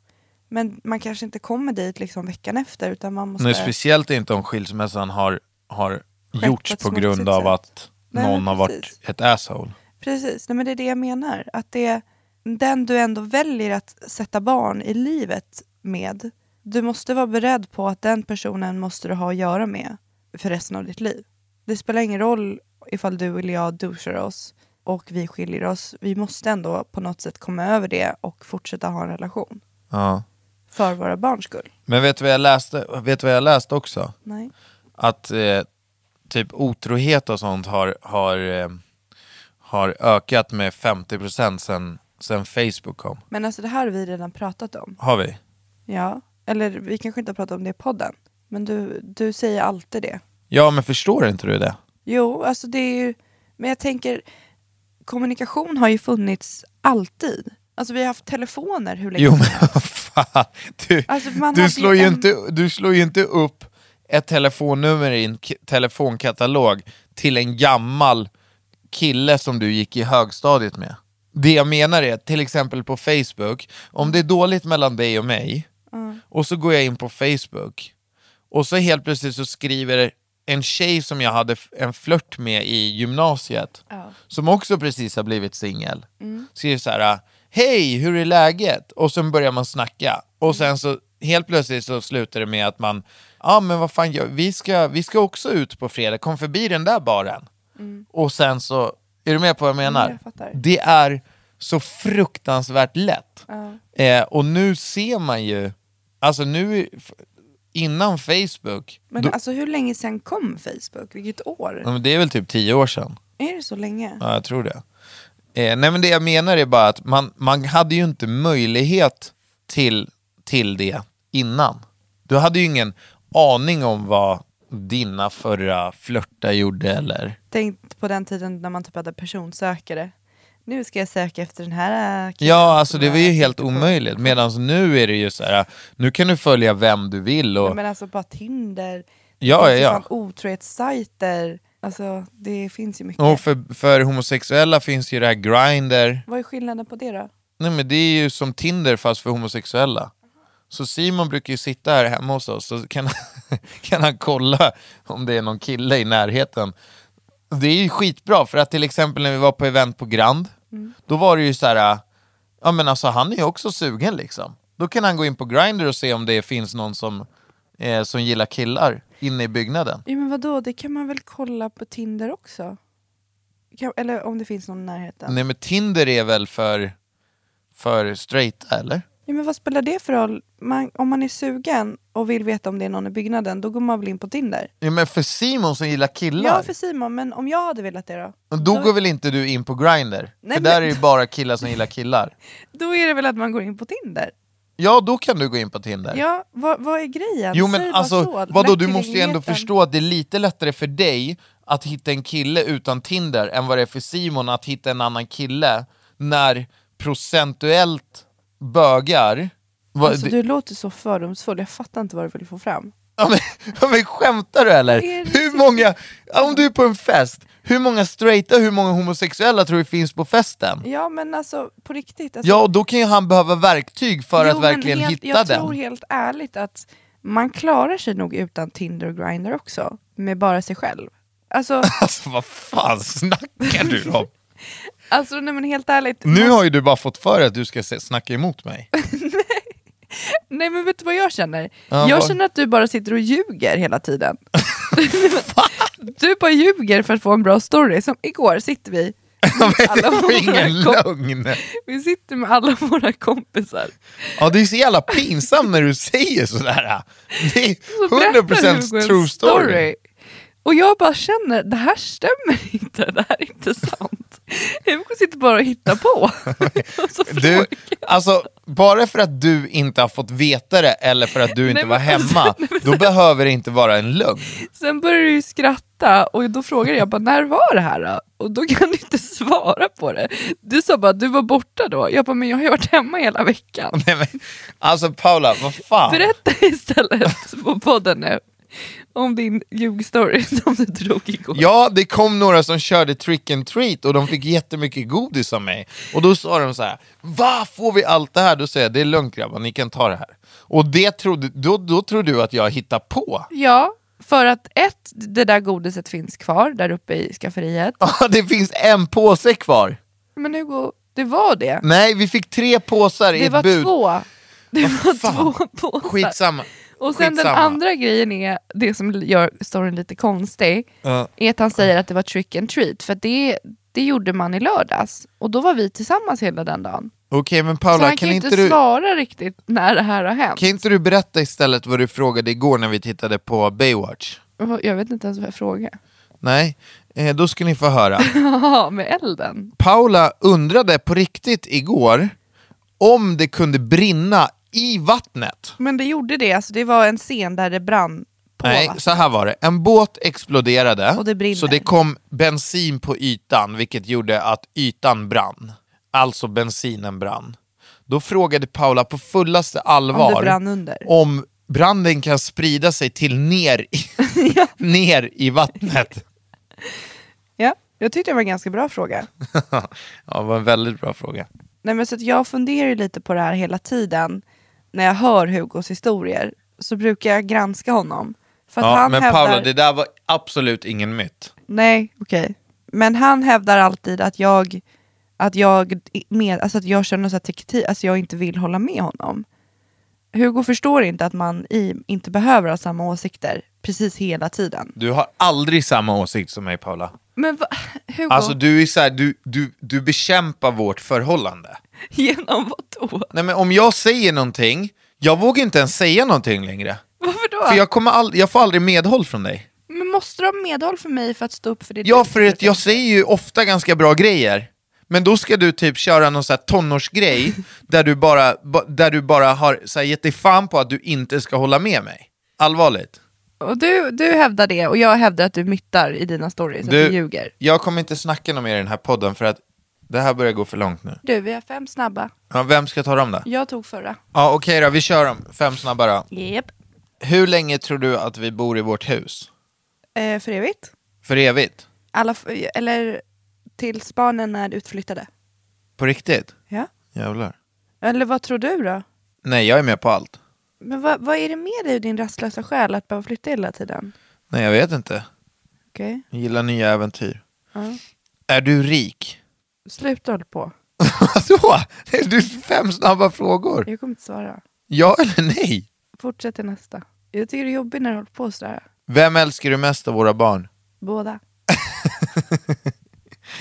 S2: Men man kanske inte kommer dit liksom veckan efter utan man måste...
S1: Nu, speciellt inte om skilsmässan har, har
S2: Skett på
S1: gjorts
S2: ett
S1: på
S2: smutsigt
S1: grund av
S2: sätt.
S1: att
S2: Nej, men
S1: någon har varit
S2: precis.
S1: ett asshole.
S2: Precis, nej, men det är det jag menar. Att det, den du ändå väljer att sätta barn i livet med, du måste vara beredd på att den personen måste du ha att göra med för resten av ditt liv. Det spelar ingen roll ifall du eller jag duschar oss och vi skiljer oss. Vi måste ändå på något sätt komma över det och fortsätta ha en relation.
S1: Ja.
S2: För våra barns skull.
S1: Men vet du vad jag läste, vet du vad jag läste också?
S2: Nej.
S1: att eh, typ otrohet och sånt har, har, eh, har ökat med 50% sen, sen Facebook kom.
S2: Men alltså det här har vi redan pratat om.
S1: Har vi?
S2: Ja, eller vi kanske inte har pratat om det i podden. Men du, du säger alltid det.
S1: Ja, men förstår inte du det?
S2: Jo, alltså det är ju... Men jag tänker, kommunikation har ju funnits alltid. Alltså vi har haft telefoner hur länge
S1: Jo,
S2: som
S1: men
S2: helst.
S1: vad fan. Du,
S2: Alltså, man
S1: du,
S2: hade
S1: slår
S2: ju
S1: ju
S2: en-
S1: inte, du slår ju inte upp ett telefonnummer i en k- telefonkatalog till en gammal kille som du gick i högstadiet med. Det jag menar är, till exempel på Facebook, om det är dåligt mellan dig och mig, och så går jag in på Facebook, och så helt plötsligt så skriver en tjej som jag hade f- en flört med i gymnasiet, som också precis har blivit singel,
S2: Mm.
S1: skriver så här Hej, hur är läget? Och sen börjar man snacka.
S2: Mm.
S1: Och sen så helt plötsligt så slutar det med att man, ja ah, men vad fan, gör- vi, ska, vi ska också ut på fredag, kom förbi den där baren. Och sen så, är du med på vad jag menar?
S2: Mm. jag fattar.
S1: Det är så fruktansvärt lätt. Eh, och nu ser man ju, alltså nu, är- f- innan Facebook,
S2: Men
S1: då,
S2: alltså hur länge sedan kom Facebook? Vilket år?
S1: Ja, men det är väl typ tio år sedan.
S2: Är det så länge?
S1: Ja, jag tror det. Eh, nej men det jag menar är bara att man, man hade ju inte möjlighet till, till det innan. Du hade ju ingen aning om vad dina förra flörtar gjorde eller...
S2: Tänk på den tiden när man typ hade personsökare. Nu ska jag söka efter den här äh, killen
S1: Ja, alltså
S2: som
S1: det
S2: är-
S1: var ju helt omöjligt. Medan nu är det ju så här, nu kan du följa vem du vill och...
S2: Men alltså bara Tinder,
S1: Ja,
S2: det finns ju
S1: ja, ja.
S2: fan otrohetssajter. Alltså det finns ju mycket.
S1: Och för, för homosexuella finns ju det här Grindr.
S2: Vad är skillnaden på det då?
S1: Nej men det är ju som Tinder fast för homosexuella. Så Simon brukar ju sitta här hemma hos oss så kan, kan han *laughs* kolla om det är någon kille i närheten. Det är ju skitbra för att till exempel när vi var på event på Grand, då var det ju så här, ja men alltså han är ju också sugen liksom. Då kan han gå in på Grindr och se om det finns någon som, eh, som gillar killar inne i byggnaden.
S2: Ja men vadå, det kan man väl kolla på Tinder också? Kan, eller om det finns någon i närheten.
S1: Nej men Tinder är väl för, för straighta eller?
S2: Ja, men vad spelar det för roll? Man, om man är sugen och vill veta om det är någon i byggnaden, då går man väl in på Tinder?
S1: Ja, men för Simon som gillar killar.
S2: Ja för Simon, men om jag hade velat det då?
S1: Men då går väl inte du in på Grindr?
S2: Nej,
S1: För där
S2: men-
S1: är det bara killar som gillar killar.
S2: Då är det väl att man går in på Tinder?
S1: Ja, då kan du gå in på Tinder.
S2: Ja, vad, vad är grejen?
S1: jo
S2: Säg
S1: men
S2: bara
S1: alltså,
S2: så.
S1: vadå, du måste ju ändå
S2: Lättillgängligheten.
S1: förstå att det är lite lättare för dig att hitta en kille utan Tinder än vad det är för Simon att hitta en annan kille när procentuellt bögar... Vad-
S2: Alltså,
S1: det-
S2: du låter så fördomsfull, jag fattar inte vad du vill få fram.
S1: Ja, men, ja, men skämtar du eller?
S2: Är det
S1: Hur många, ja, om du är på en fest, hur många straighta, hur många homosexuella tror du finns på festen?
S2: Ja men alltså på riktigt. Alltså,
S1: Ja, och då kan ju han behöva verktyg för
S2: jo,
S1: att
S2: men
S1: verkligen
S2: helt,
S1: hitta
S2: jag
S1: den.
S2: Jag tror helt ärligt att man klarar sig nog utan Tinder och Grindr också, med bara sig själv.
S1: *laughs*
S2: Alltså,
S1: *laughs* Alltså vad fan snackar du
S2: *laughs*
S1: om?
S2: alltså nej men helt ärligt.
S1: Nu
S2: man-
S1: har ju du bara fått för dig att du ska se- snacka emot
S2: *laughs*
S1: mig.
S2: Nej men vet du vad jag känner?
S1: Ja,
S2: jag
S1: vad?
S2: känner att du bara sitter och ljuger hela
S1: *laughs*
S2: tiden. du bara ljuger för att få en bra story. Som igår sitter vi,
S1: det var
S2: *laughs*
S1: ju
S2: våra
S1: ingen
S2: kom-
S1: lögn.
S2: vi sitter med alla våra kompisar.
S1: Ja, det är så jävla pinsamt när du säger sådär. Det är
S2: Så berättar
S1: 100%
S2: Hugo en
S1: true story.
S2: Och jag bara känner, det här stämmer inte, det här är inte sant. Hugo sitter bara och
S1: *laughs*
S2: hittar på. Och så frågar
S1: Du,
S2: jag.
S1: alltså, bara för att du inte har fått veta det eller för att du inte
S2: men
S1: var
S2: alltså,
S1: hemma, då behöver det inte vara en lögn. *laughs*
S2: Sen börjar du ju skratta och då frågar jag bara, när var det här då? Och då kan du inte svara på det. Du sa bara, du var borta då. Jag bara, men jag har ju varit hemma
S1: *laughs*
S2: hela veckan.
S1: Nej, men, alltså Paula, vad fan?
S2: Berätta istället på podden nu om din ljugstory som du drog igår.
S1: Ja, det kom några som körde trick and treat och de fick jättemycket godis av mig. Och då sa de så här, va får vi allt det här? Då säger jag, det är lugnt grabbar, ni kan ta det här. Och det trodde, då, då trodde du att jag hittade på. *laughs*
S2: Ja, för att ett, det där godiset finns kvar där uppe i skafferiet.
S1: Ja, det finns en påse kvar.
S2: Men Hugo, det var det.
S1: Nej, vi fick tre påsar i
S2: Det
S1: ett
S2: var
S1: bud.
S2: två. Det var
S1: fan.
S2: två påsar.
S1: Skitsamma.
S2: Och sen
S1: Skitsamma.
S2: den andra grejen är, det som gör storyn lite konstig,
S1: Ja.
S2: är att han säger att det var trick and treat, för att det, det gjorde man i lördags. Och då var vi tillsammans hela den dagen.
S1: Okej, men
S2: Så
S1: Paula,
S2: han
S1: kan
S2: kan ju
S1: inte,
S2: inte
S1: du,
S2: svara riktigt när det här har hänt.
S1: kan inte du berätta istället vad du frågade igår när vi tittade på Baywatch?
S2: Vad- Jag vet inte ens vad jag frågar.
S1: Nej, eh, då ska ni få höra.
S2: Jaha, med elden.
S1: Paula undrade på riktigt igår om det kunde brinna i vattnet.
S2: Men det gjorde det, alltså det var en scen där det brann på
S1: Nej, så här var det. En båt exploderade,
S2: Och det brinner.
S1: så det kom bensin på ytan, vilket gjorde att ytan brann. Alltså bensinen brann. Då frågade Paula på fullaste allvar
S2: brann under.
S1: om branden kan sprida sig till ner
S2: *laughs*
S1: i, ner i vattnet. *laughs*
S2: Ja, jag tyckte det var en ganska bra fråga.
S1: ja, det var en väldigt bra fråga.
S2: Nej, men så att jag funderar ju lite på det här hela tiden. När jag hör Hugos historier så brukar jag granska honom. För att
S1: Ja,
S2: han
S1: men
S2: hävdar...
S1: Paula, det där var absolut ingen myt.
S2: Nej, okej. Men han hävdar alltid att jag, att jag, med, alltså att jag känner så här tekti, alltså jag inte vill hålla med honom. Hugo förstår inte att man i, inte behöver ha samma åsikter precis hela tiden.
S1: Du har aldrig samma åsikt som mig Paula.
S2: Men va, *laughs* Hugo,
S1: Alltså du är så här, du, du, du bekämpar vårt förhållande.
S2: genom vad då?
S1: Nej men om jag säger någonting, jag vågar inte ens säga någonting längre.
S2: Varför då?
S1: För jag, kommer all, jag får aldrig medhåll från dig.
S2: Men måste du ha medhåll för mig för att stå upp för det?
S1: Ja
S2: du
S1: för att
S2: tycker?
S1: jag säger ju ofta ganska bra grejer. Men då ska du typ köra någon så här tonårsgrej där du bara, ba- där du bara har så här gett dig fan på att du inte ska hålla med mig. Allvarligt.
S2: Och du, du hävdar det och jag hävdar att du myttar i dina stories, att du ljuger.
S1: Jag kommer inte snacka något mer i den här podden för att det här börjar gå för långt nu.
S2: Du, vi har fem snabba.
S1: Ja, vem ska ta dem då?
S2: Jag tog förra.
S1: Ja, okej då, vi kör dem. Fem snabba då.
S2: Yep.
S1: Hur länge tror du att vi bor i vårt hus?
S2: Eh, för evigt.
S1: För evigt?
S2: Alla, f- eller tills barnen är utflyttade.
S1: På riktigt?
S2: Ja.
S1: Jävlar.
S2: Eller vad tror du då?
S1: Nej, jag är med på allt.
S2: Men vad, vad är det med dig och din rastlösa själ att behöva flytta hela tiden?
S1: Nej, jag vet inte.
S2: Okej.
S1: Jag gillar nya äventyr.
S2: Ja.
S1: Är du rik? *laughs*
S2: Sluta hålla på.
S1: Vadå? Det är du fem snabba frågor.
S2: Jag kommer inte svara.
S1: Ja eller nej?
S2: Fortsätt till nästa. Jag tycker det är jobbigt när du håller på sådär.
S1: Vem älskar du mest av våra barn?
S2: *laughs* Båda.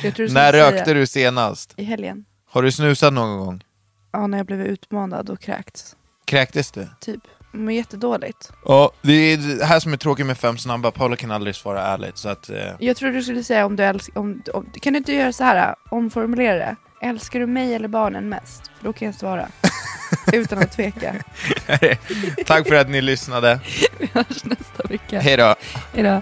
S2: jag tror du
S1: När
S2: skulle
S1: rökte
S2: säga
S1: du senast?
S2: I helgen.
S1: Har du snusat någon gång?
S2: Ja, när jag blev utmanad och kräkts.
S1: Kräktes du?
S2: Typ. Men jättedåligt.
S1: Ja, det är det här som är tråkigt med fem snabba. Paula kan aldrig svara ärligt. Så att, eh,
S2: Jag tror du skulle säga om du älskar... Om, om, kan du inte göra så här? Omformulera det. Älskar du mig eller barnen mest? För då kan jag *laughs* svara. Utan att tveka.
S1: *laughs* tack för att ni lyssnade.
S2: Nästa vecka.
S1: Hej då.
S2: Hejdå.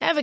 S3: Ever